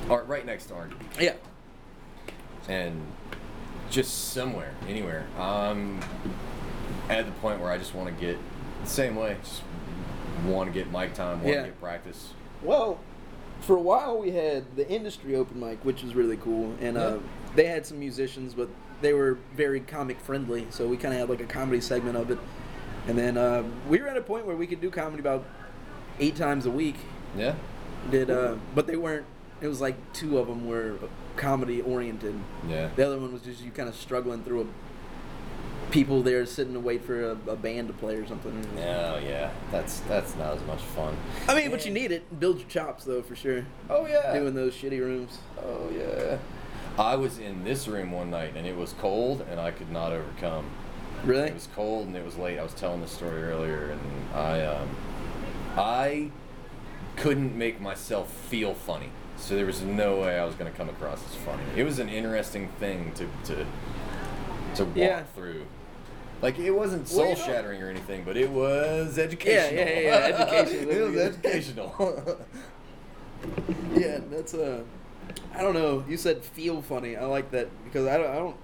[SPEAKER 1] or right next to Orange Beach.
[SPEAKER 2] Yeah.
[SPEAKER 1] And just somewhere, anywhere. I'm at the point where I just want to get the same way. Just want to get mic time, want to
[SPEAKER 2] Yeah.
[SPEAKER 1] get practice.
[SPEAKER 2] Well, for a while we had the industry open mic, which was really cool, and uh, they had some musicians, but they were very comic friendly, so we kind of had like a comedy segment of it, and then uh, we were at a point where we could do comedy about eight times a week.
[SPEAKER 1] Yeah.
[SPEAKER 2] Did uh, but they weren't. It was like two of them were comedy oriented.
[SPEAKER 1] Yeah.
[SPEAKER 2] The other one was just you kind of struggling through a people there sitting to wait for a, a band to play or something.
[SPEAKER 1] Oh yeah, that's that's not as much fun.
[SPEAKER 2] I mean, but you need it. Build your chops though, for sure.
[SPEAKER 1] Oh yeah.
[SPEAKER 2] Doing those shitty rooms.
[SPEAKER 1] Oh yeah. I was in this room one night and it was cold and I could not overcome.
[SPEAKER 2] Really?
[SPEAKER 1] It was cold and it was late. I was telling this story earlier and I um, I couldn't make myself feel funny. So there was no way I was going to come across as funny. It was an interesting thing to to to walk
[SPEAKER 2] Yeah.
[SPEAKER 1] through. Like it wasn't
[SPEAKER 2] Well, you
[SPEAKER 1] soul
[SPEAKER 2] know-
[SPEAKER 1] shattering or anything, but it was educational.
[SPEAKER 2] yeah, yeah, education.
[SPEAKER 1] it was educational.
[SPEAKER 2] Yeah, that's Uh, I don't know. You said feel funny. I like that because I don't. I don't.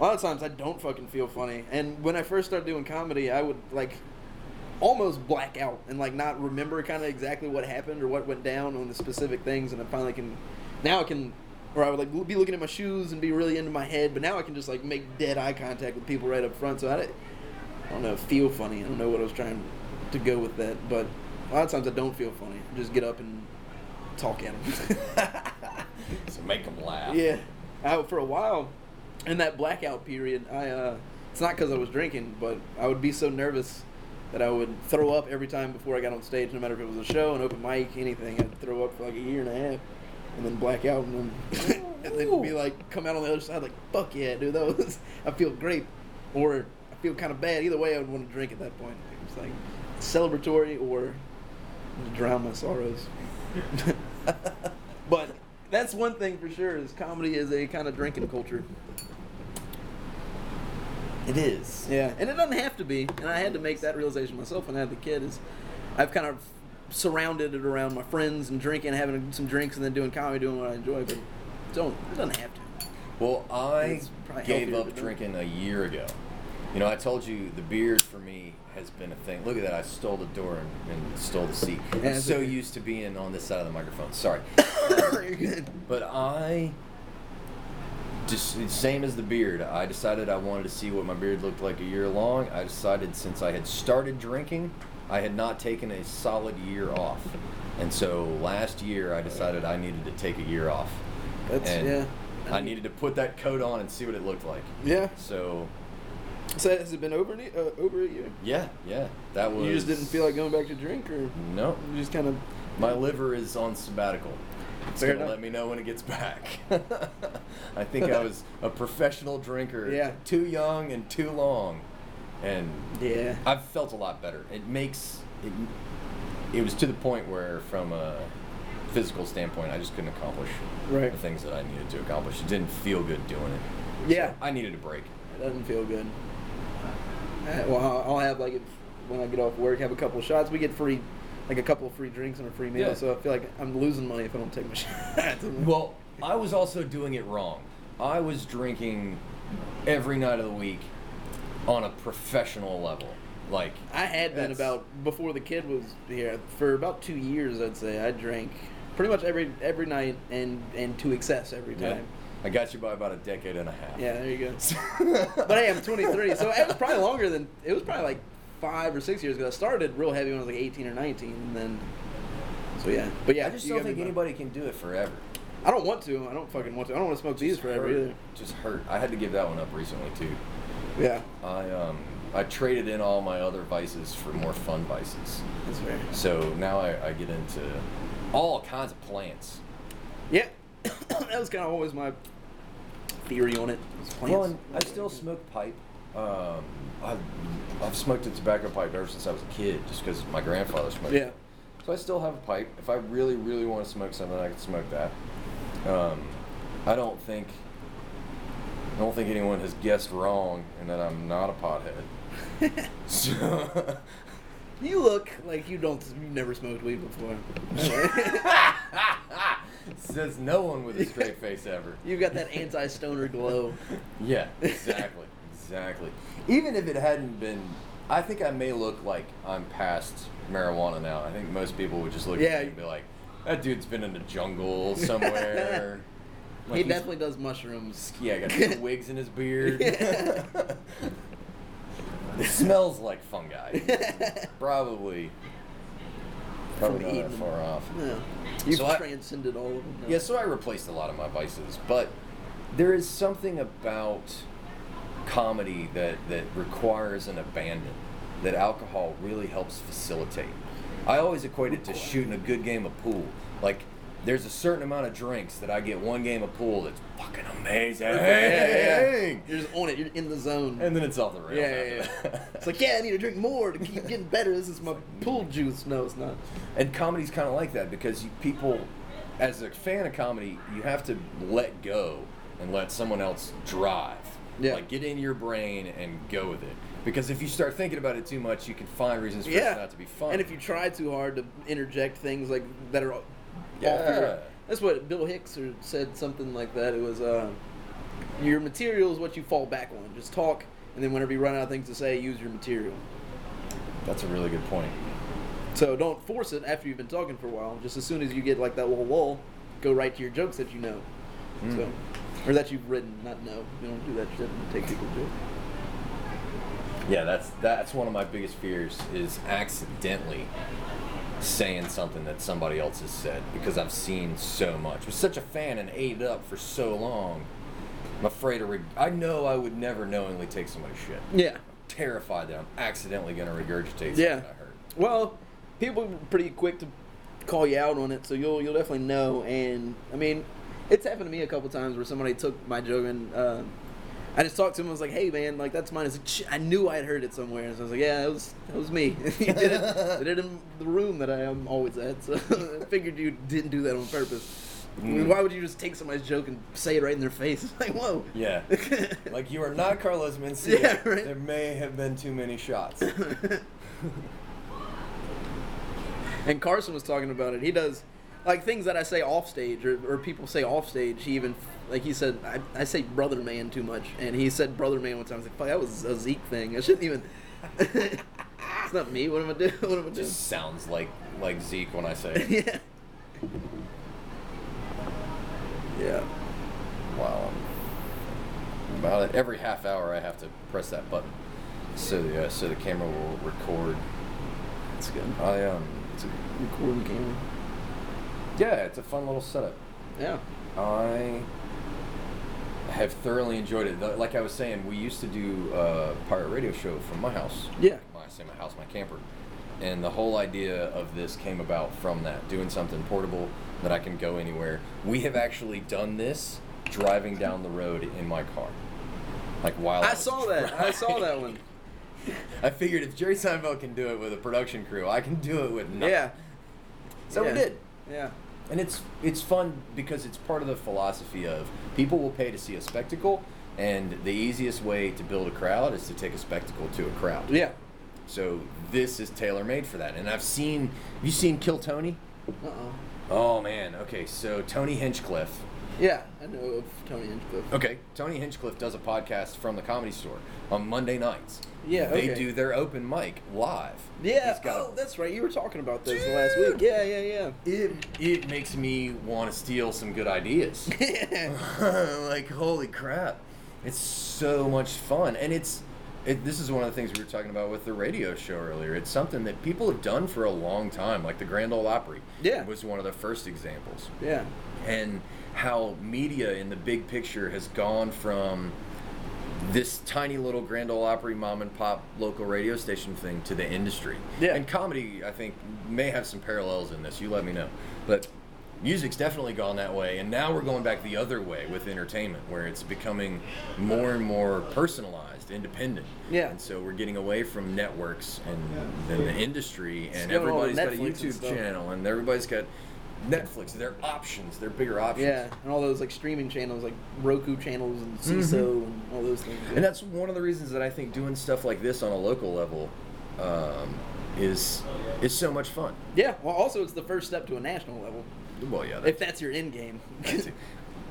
[SPEAKER 2] A lot of times I don't fucking feel funny. And when I first started doing comedy, I would like almost black out and like not remember kind of exactly what happened or what went down on the specific things. And I finally can. Now I can. Or I would like l- be looking at my shoes and be really into my head, but now I can just like make dead eye contact with people right up front. So I, di- I don't know, feel funny. I don't know what I was trying to go with that, but a lot of times I don't feel funny. I just get up and talk at him.
[SPEAKER 1] so make them laugh.
[SPEAKER 2] yeah, I, for a while, in that blackout period, I uh, it's not because I was drinking, but I would be so nervous that I would throw up every time before I got on stage, no matter if it was a show, an open mic, anything. I'd throw up for like a year and a half, and then black out, and then and then be like, come out on the other side like, fuck yeah, dude, that was I feel great, or I feel kind of bad. Either way, I would want to drink at that point. It was like celebratory or drown my sorrows. But that's one thing for sure is comedy is a kind of drinking culture.
[SPEAKER 1] It is.
[SPEAKER 2] Yeah, and it doesn't have to be. And I had to make that realization myself when I had the kid. Is I've kind of surrounded it around my friends and drinking, having some drinks, and then doing comedy, doing what I enjoy. But don't it doesn't have to.
[SPEAKER 1] Well, I
[SPEAKER 2] It's probably
[SPEAKER 1] gave
[SPEAKER 2] healthier
[SPEAKER 1] up
[SPEAKER 2] to drink.
[SPEAKER 1] drinking a year ago. You know, I told you the beard for me has been a thing. Look at that. I stole the door and, and stole the seat.
[SPEAKER 2] Yeah,
[SPEAKER 1] I'm
[SPEAKER 2] it's
[SPEAKER 1] so
[SPEAKER 2] okay.
[SPEAKER 1] used to being on this side of the microphone. Sorry.
[SPEAKER 2] You're good.
[SPEAKER 1] But I just same as the beard. I decided I wanted to see what my beard looked like a year long. I decided since I had started drinking, I had not taken a solid year off, and so last year I decided I needed to take a year off.
[SPEAKER 2] That's
[SPEAKER 1] and
[SPEAKER 2] yeah.
[SPEAKER 1] I needed to put that coat on and see what it looked like.
[SPEAKER 2] Yeah.
[SPEAKER 1] So
[SPEAKER 2] So has it been over a- uh, over a year?
[SPEAKER 1] yeah, yeah, that was.
[SPEAKER 2] You just didn't feel like going back to drink, or you
[SPEAKER 1] No,
[SPEAKER 2] just kind of.
[SPEAKER 1] my liver is on sabbatical. It's
[SPEAKER 2] Fair
[SPEAKER 1] gonna
[SPEAKER 2] enough.
[SPEAKER 1] let me know when it gets back. I think I was a professional drinker,
[SPEAKER 2] Yeah.
[SPEAKER 1] too young and too long, and
[SPEAKER 2] Yeah.
[SPEAKER 1] I've felt a lot better. It makes it. It was to the point where, from a physical standpoint, I just couldn't accomplish
[SPEAKER 2] Right.
[SPEAKER 1] the things that I needed to accomplish. It didn't feel good doing it.
[SPEAKER 2] Yeah.
[SPEAKER 1] I needed a break.
[SPEAKER 2] It doesn't feel good. Uh, Well, I'll- I'll have like if when I get off work, have a couple of shots. We get free, like a couple of free drinks and a free meal.
[SPEAKER 1] Yeah.
[SPEAKER 2] So I feel like I'm losing money if I don't take my shots.
[SPEAKER 1] Well, I was also doing it wrong. I was drinking every night of the week on a professional level. Like
[SPEAKER 2] I had been
[SPEAKER 1] That's-
[SPEAKER 2] about before the kid was here for about two years. I'd say I drank pretty much every every night and and to excess every
[SPEAKER 1] yeah,
[SPEAKER 2] time.
[SPEAKER 1] I got you by about a decade and a half.
[SPEAKER 2] Yeah, there you go. but hey, I'm 23, so it was probably longer than it was probably like five or six years ago. I started real heavy when I was like 18 or 19, and then so yeah. But yeah,
[SPEAKER 1] I just
[SPEAKER 2] you
[SPEAKER 1] don't
[SPEAKER 2] got me
[SPEAKER 1] think
[SPEAKER 2] by-
[SPEAKER 1] anybody can do it forever.
[SPEAKER 2] I don't want to. I don't fucking want to. I don't want to smoke these forever
[SPEAKER 1] hurt.
[SPEAKER 2] either.
[SPEAKER 1] Just hurt. I had to give that one up recently too.
[SPEAKER 2] Yeah,
[SPEAKER 1] I um I traded in all my other vices for more fun vices.
[SPEAKER 2] that's fair.
[SPEAKER 1] So now I, I get into all kinds of plants.
[SPEAKER 2] Yeah, that was kind of always my theory on it. was plants.
[SPEAKER 1] Well, and I still smoke pipe. Um, I've, I've smoked a tobacco pipe ever since I was a kid, just because my grandfather smoked.
[SPEAKER 2] Yeah.
[SPEAKER 1] So I still have a pipe. If I really, really want to smoke something, I can smoke that. Um, I don't think. I don't think anyone has guessed wrong, and that I'm not a pothead. so,
[SPEAKER 2] You look like you don't. You never smoked weed before.
[SPEAKER 1] says no one with a straight face ever.
[SPEAKER 2] You've got that anti-stoner glow.
[SPEAKER 1] Yeah, exactly. exactly. Even if it hadn't been, I think I may look like I'm past marijuana now. I think most people would just look
[SPEAKER 2] Yeah.
[SPEAKER 1] at me and be like, that dude's been in the jungle somewhere. Like
[SPEAKER 2] he
[SPEAKER 1] he's-
[SPEAKER 2] definitely does mushrooms.
[SPEAKER 1] Yeah, got two wigs in his beard. it smells like fungi. Probably. Probably not that
[SPEAKER 2] eating them.
[SPEAKER 1] far off.
[SPEAKER 2] Yeah. You've
[SPEAKER 1] So I-
[SPEAKER 2] transcended all of them. now.
[SPEAKER 1] Yeah, so I replaced a lot of my vices, but there is something about comedy that, that requires an abandon that alcohol really helps facilitate. I always equate it to shooting a good game of pool. Like, there's a certain amount of drinks that I get one game of pool that's fucking amazing.
[SPEAKER 2] You're just on it. You're in the zone.
[SPEAKER 1] And then it's off the rails.
[SPEAKER 2] yeah,
[SPEAKER 1] after
[SPEAKER 2] yeah, yeah.
[SPEAKER 1] that.
[SPEAKER 2] it's like, yeah, I need to drink more to keep getting better. This is my pool juice. No, it's not.
[SPEAKER 1] And comedy's kind of like that because you, people, as a fan of comedy, you have to let go and let someone else drive.
[SPEAKER 2] Yeah.
[SPEAKER 1] Like get in your brain and go with it. Because if you start thinking about it too much, you can find reasons for
[SPEAKER 2] yeah.
[SPEAKER 1] it not to be fun.
[SPEAKER 2] And if you try too hard to interject things like that are off
[SPEAKER 1] Yeah.
[SPEAKER 2] your, that's what Bill Hicks or said something like that. It was uh, your material is what you fall back on. Just talk, and then whenever you run out of things to say, use your material.
[SPEAKER 1] That's a really good point.
[SPEAKER 2] So don't force it after you've been talking for a while. Just as soon as you get like that little lull, go right to your jokes that you know,
[SPEAKER 1] Mm.
[SPEAKER 2] so or that you've written. Not know. You don't do that shit and take people to it.
[SPEAKER 1] Yeah, that's that's one of my biggest fears is accidentally saying something that somebody else has said because I've seen so much. I was such a fan and ate it up for so long. I'm afraid of. Reg- I know I would never knowingly take somebody's shit.
[SPEAKER 2] Yeah.
[SPEAKER 1] terrified that I'm accidentally going to regurgitate something
[SPEAKER 2] Yeah.
[SPEAKER 1] I heard.
[SPEAKER 2] Well, people are pretty quick to call you out on it, so you'll you'll definitely know. And I mean, it's happened to me a couple times where somebody took my joke and uh, I just talked to him. I was like, "Hey, man, like that's mine." It's like, "Sh- I knew I'd heard it somewhere, and so I was like, "Yeah, it was it was me. you did it, did it in the room that I am always at." So I figured you didn't do that on purpose. I mean,
[SPEAKER 1] Mm.
[SPEAKER 2] Why would you just take somebody's joke and say it right in their face? It's like, whoa.
[SPEAKER 1] Yeah. like you are not Carlos Mencia.
[SPEAKER 2] Yeah, right.
[SPEAKER 1] There may have been too many shots.
[SPEAKER 2] And Carson was talking about it. He does like things that I say off stage or, or people say off stage. He even like he said I, I say brother man too much, and he said brother man one time. I was like, fuck, that was a Zeke thing. I shouldn't even. it's not me. What am I doing? What am I doing?
[SPEAKER 1] Just sounds like like Zeke when I say it.
[SPEAKER 2] yeah. Yeah.
[SPEAKER 1] wow. I'm- About every half hour, I have to press that button, so the uh, so the camera will record.
[SPEAKER 2] It's good.
[SPEAKER 1] I um, it's a,
[SPEAKER 2] Recording camera.
[SPEAKER 1] yeah, it's a fun little setup.
[SPEAKER 2] Yeah.
[SPEAKER 1] I have thoroughly enjoyed it. Th- Like I was saying, we used to do a pirate radio show from my house.
[SPEAKER 2] Yeah.
[SPEAKER 1] My, I say my house, my camper. And the whole idea of this came about from that, doing something portable that I can go anywhere. We have actually done this driving down the road in my car. Like while
[SPEAKER 2] I
[SPEAKER 1] was
[SPEAKER 2] saw that. I saw that
[SPEAKER 1] driving.
[SPEAKER 2] one.
[SPEAKER 1] I figured if Jerry Seinfeld can do it with a production crew, I can do it with nothing.
[SPEAKER 2] Yeah.
[SPEAKER 1] So
[SPEAKER 2] Yeah.
[SPEAKER 1] we did
[SPEAKER 2] Yeah.
[SPEAKER 1] and it's it's fun because it's part of the philosophy of people will pay to see a spectacle and the easiest way to build a crowd is to take a spectacle to a crowd
[SPEAKER 2] Yeah.
[SPEAKER 1] so this is tailor made for that and i've seen have you seen kill tony
[SPEAKER 2] Uh oh.
[SPEAKER 1] oh man okay so tony hinchcliffe
[SPEAKER 2] Yeah, I know of Tony Hinchcliffe.
[SPEAKER 1] Okay, Tony Hinchcliffe does a podcast from the Comedy Store on Monday nights.
[SPEAKER 2] Yeah,
[SPEAKER 1] they
[SPEAKER 2] okay.
[SPEAKER 1] do their open mic live.
[SPEAKER 2] Yeah.
[SPEAKER 1] He's got a-
[SPEAKER 2] oh, that's right. You were talking about this last week. Yeah, yeah,
[SPEAKER 1] it it makes me want to steal some good ideas.
[SPEAKER 2] yeah.
[SPEAKER 1] like holy crap it's so much fun and it's it, this is one of the things we were talking about with the radio show earlier it's something that people have done for a long time like the grand ole opry
[SPEAKER 2] Yeah.
[SPEAKER 1] was one of the first examples
[SPEAKER 2] yeah.
[SPEAKER 1] and how media in the big picture has gone from this tiny little Grand Ole Opry mom and pop local radio station thing to the industry.
[SPEAKER 2] Yeah.
[SPEAKER 1] And comedy, I think, may have some parallels in this. You let me know. But music's definitely gone that way. And now we're going back the other way with entertainment, where it's becoming more and more personalized, independent.
[SPEAKER 2] Yeah.
[SPEAKER 1] And so we're getting away from networks and then the industry, and
[SPEAKER 2] going all
[SPEAKER 1] everybody's got a
[SPEAKER 2] Netflix and
[SPEAKER 1] YouTube
[SPEAKER 2] stuff.
[SPEAKER 1] channel channel, and everybody's got Netflix, their options, their bigger options.
[SPEAKER 2] Yeah, and all those like streaming channels, like Roku channels and CISO and all those things.
[SPEAKER 1] Mm-hmm. And that's one of the reasons that I think doing stuff like this on a local level um, is is so much fun.
[SPEAKER 2] yeah. Well, also it's the first step to a national level,
[SPEAKER 1] Well, yeah,
[SPEAKER 2] if
[SPEAKER 1] that's,
[SPEAKER 2] that's your end game.
[SPEAKER 1] that's it.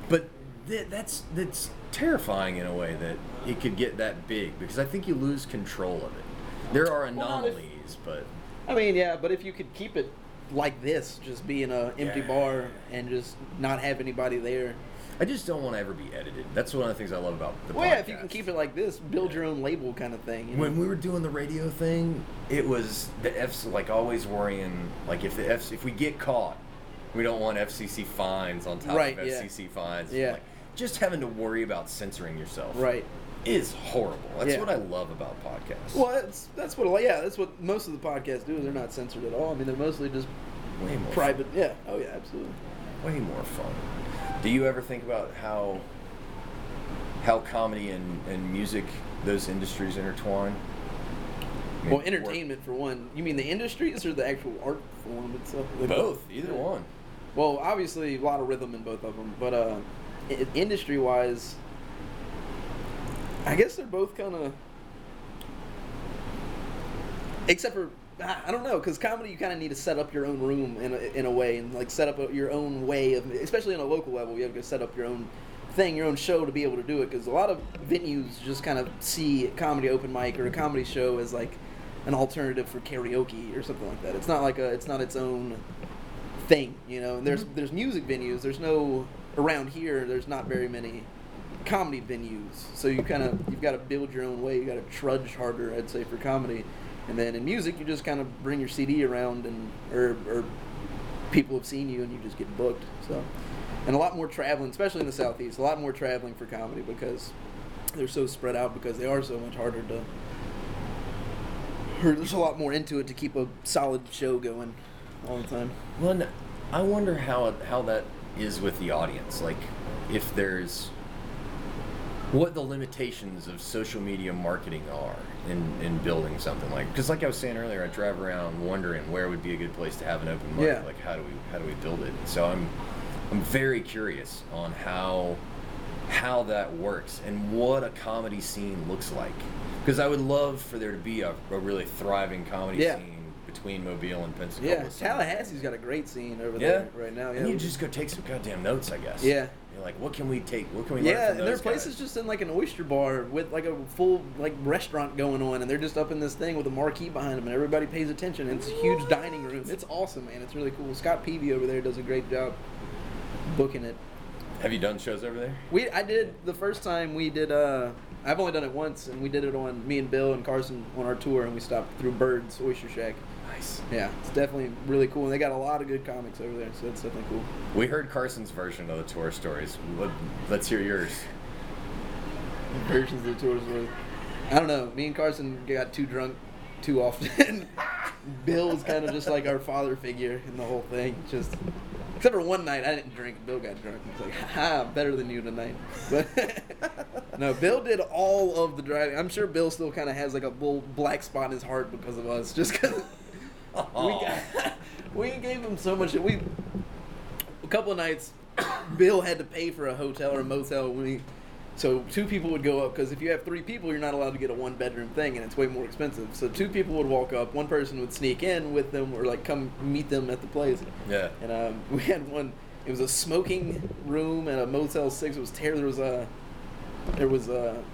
[SPEAKER 1] But th- that's that's terrifying in a way that it could get that big because I think you lose control of it. There are
[SPEAKER 2] not if-
[SPEAKER 1] anomalies, but
[SPEAKER 2] I mean, yeah, but if you could keep it like this, just be in a empty
[SPEAKER 1] Yeah.
[SPEAKER 2] bar and just not have anybody there.
[SPEAKER 1] I just don't want to ever be edited. That's one of the things I love about the
[SPEAKER 2] Well,
[SPEAKER 1] podcast.
[SPEAKER 2] yeah, if you can keep it like this, build your own label kind of thing. You know?
[SPEAKER 1] when we were doing the radio thing, it was the F's like always worrying like if the F's if we get caught, we don't want FCC fines on top
[SPEAKER 2] Right,
[SPEAKER 1] of
[SPEAKER 2] yeah.
[SPEAKER 1] FCC fines.
[SPEAKER 2] Yeah.
[SPEAKER 1] Like, just having to worry about censoring yourself
[SPEAKER 2] right.
[SPEAKER 1] is horrible. That's
[SPEAKER 2] Yeah.
[SPEAKER 1] what I love about podcasts.
[SPEAKER 2] Well, that's that's what yeah, that's what most of the podcasts do. is They're not censored at all. I mean, they're mostly just
[SPEAKER 1] Way more
[SPEAKER 2] private. Yeah. Oh yeah, absolutely.
[SPEAKER 1] way more fun. Do you ever think about how how comedy and, and music those industries intertwine? I mean,
[SPEAKER 2] Well,
[SPEAKER 1] we're-
[SPEAKER 2] entertainment for one. You mean the industries or the actual art form itself? Like,
[SPEAKER 1] Both, either one.
[SPEAKER 2] Well, obviously a lot of rhythm in both of them, but uh, i- industry-wise, I guess they're both kind of, except for I I don't know, because comedy you kind of need to set up your own room in a, in a way and like set up a, your own way of, especially on a local level, you have to set up your own thing, your own show to be able to do it. Because a lot of venues just kind of see comedy open mic or a comedy show as like an alternative for karaoke or something like that. It's not like a, it's not its own thing, you know. And there's there's music venues. There's no around here. There's not very many comedy venues. So you kind of you've got to build your own way. You got to trudge harder, I'd say, for comedy. And then in music, you just kind of bring your CD around, and or, or people have seen you, and you just get booked. So, and a lot more traveling, especially in the southeast. A lot more traveling for comedy because they're so spread out because they are so much harder to. or There's a lot more into it to keep a solid show going all the time.
[SPEAKER 1] Well, n- I wonder how how that is with the audience. Like, if there's what the limitations of social media marketing are in, in building something like because like I was saying earlier, I drive around wondering where would be a good place to have an open mic.
[SPEAKER 2] Yeah.
[SPEAKER 1] Like, how do we how do we build it? So I'm I'm very curious on how how that works and what a comedy scene looks like because I would love for there to be a, a really thriving comedy
[SPEAKER 2] Yeah.
[SPEAKER 1] scene between Mobile and Pensacola.
[SPEAKER 2] Yeah,
[SPEAKER 1] somewhere.
[SPEAKER 2] Tallahassee's got a great scene over
[SPEAKER 1] Yeah.
[SPEAKER 2] there right now. Yeah,
[SPEAKER 1] And you just go take some goddamn notes, I guess.
[SPEAKER 2] Yeah.
[SPEAKER 1] You're like, what can we take? What can we learn
[SPEAKER 2] yeah,
[SPEAKER 1] from
[SPEAKER 2] and their
[SPEAKER 1] those
[SPEAKER 2] place
[SPEAKER 1] guys?
[SPEAKER 2] is just in like an oyster bar with like a full like restaurant going on, and they're just up in this thing with a marquee behind them, and everybody pays attention. And it's a huge dining room. It's awesome, man. It's really cool. Scott Peavy over there does a great job booking it.
[SPEAKER 1] Have you done shows over there?
[SPEAKER 2] We I did the first time we did. uh I've only done it once, and we did it on me and Bill and Carson on our tour, and we stopped through Birds Oyster Shack.
[SPEAKER 1] Nice.
[SPEAKER 2] Yeah, it's definitely really cool, and they got a lot of good comics over there, so it's definitely cool.
[SPEAKER 1] We heard Carson's version of the tour stories. Let, let's hear yours.
[SPEAKER 2] versions of the tours were. I don't know. Me and Carson got too drunk too often. Bill was kind of just like our father figure in the whole thing. Just except for one night, I didn't drink. Bill got drunk. It's like, ha, better than you tonight. But no, Bill did all of the driving. I'm sure Bill still kind of has like a little black spot in his heart because of us. Just because we got, we gave him so much. shit. We a couple of nights, Bill had to pay for a hotel or a motel when he. So two people would go up because if you have three people, you're not allowed to get a one bedroom thing, and it's way more expensive. So two people would walk up, one person would sneak in with them or like come meet them at the place.
[SPEAKER 1] Yeah.
[SPEAKER 2] And um, we had one. It was a smoking room at a Motel Six. It was terrible. There was a, there was a,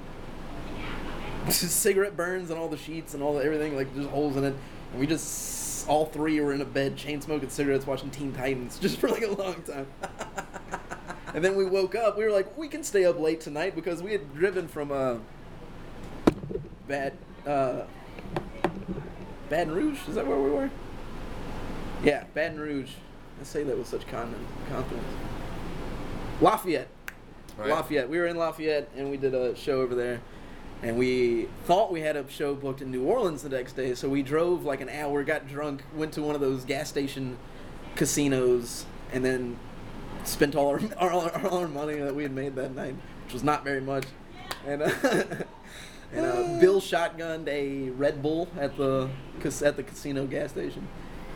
[SPEAKER 2] cigarette burns on all the sheets and all the, everything, like just holes in it. And we just all three were in a bed, chain smoking cigarettes, watching Teen Titans, just for like a long time. and then we woke up. We were like, we can stay up late tonight because we had driven from uh, Bad uh, Baton Rouge. Is that where we were? Yeah, Baton Rouge. I say that with such con- confidence. Lafayette.
[SPEAKER 1] Right.
[SPEAKER 2] Lafayette. We were in Lafayette and we did a show over there. And we thought we had a show booked in New Orleans the next day, so we drove like an hour, got drunk, went to one of those gas station casinos, and then spent all our all our, all our money that we had made that night, which was not very much. And uh, and uh, Bill shotgunned a Red Bull at the cas- at the casino gas station,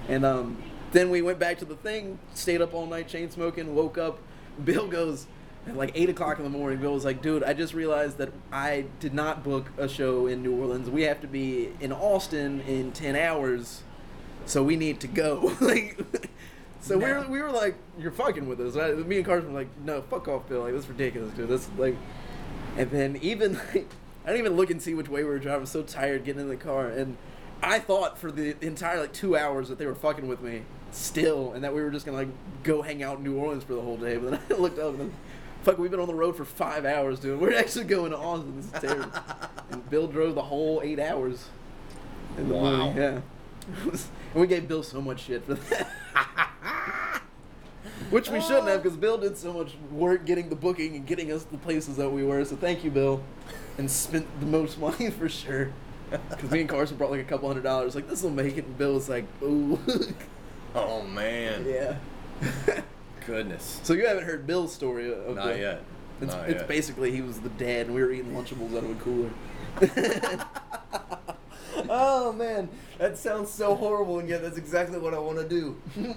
[SPEAKER 2] and um, then we went back to the thing, stayed up all night chain smoking, woke up. Bill goes. At like eight o'clock in the morning, Bill was like, "Dude, I just realized that I did not book a show in New Orleans. We have to be in Austin in ten hours." so we need to go. like, so we were we were like, you're fucking with us. And I, me and Carson were like, no, fuck off, Bill. Like, that's ridiculous, dude. That's like, and then even like, I didn't even look and see which way we were driving. I was so tired getting in the car, and I thought for the entire like two hours that they were fucking with me still, and that we were just gonna like go hang out in New Orleans for the whole day. But then I looked up and. Then, Fuck, we've been on the road for five hours, dude. We're actually going to Austin. This is terrible. and Bill drove the whole eight hours in the
[SPEAKER 1] Wow.
[SPEAKER 2] movie. Yeah. and we gave Bill so much shit for that. Which we shouldn't have because Bill did so much work getting the booking and getting us the places that we were. So thank you, Bill. And spent the most money for sure. Because me and Carson brought like a couple hundred dollars. Like, this will make it. And Bill was like, ooh.
[SPEAKER 1] Oh man.
[SPEAKER 2] yeah.
[SPEAKER 1] Goodness.
[SPEAKER 2] so you haven't heard Bill's story uh, of
[SPEAKER 1] Not
[SPEAKER 2] the-
[SPEAKER 1] yet.
[SPEAKER 2] It's,
[SPEAKER 1] Not
[SPEAKER 2] it's
[SPEAKER 1] yet.
[SPEAKER 2] basically he was the dad, and we were eating Lunchables out of a cooler.
[SPEAKER 1] oh man, that sounds so horrible, and yet that's exactly what I want to do.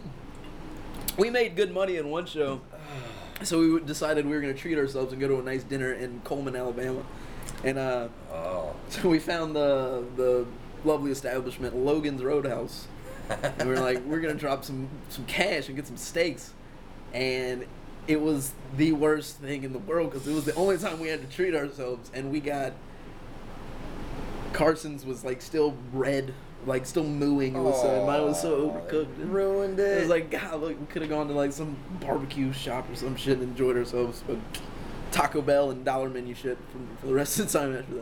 [SPEAKER 2] we made good money in one show, so we decided we were going to treat ourselves and go to a nice dinner in Coleman, Alabama, and uh,
[SPEAKER 1] Oh.
[SPEAKER 2] so we found the the lovely establishment Logan's Roadhouse, and we were like, we're going to drop some some cash and get some steaks, and it was the worst thing in the world because it was the only time we had to treat ourselves, and we got Carson's was like still red, like still mooing. It was so, mine was so
[SPEAKER 1] Aw,
[SPEAKER 2] overcooked.
[SPEAKER 1] they ruined
[SPEAKER 2] It
[SPEAKER 1] it.
[SPEAKER 2] was like, God, look, we could have gone to like some barbecue shop or some shit and enjoyed ourselves, but Taco Bell and dollar menu shit for, for the rest of the time after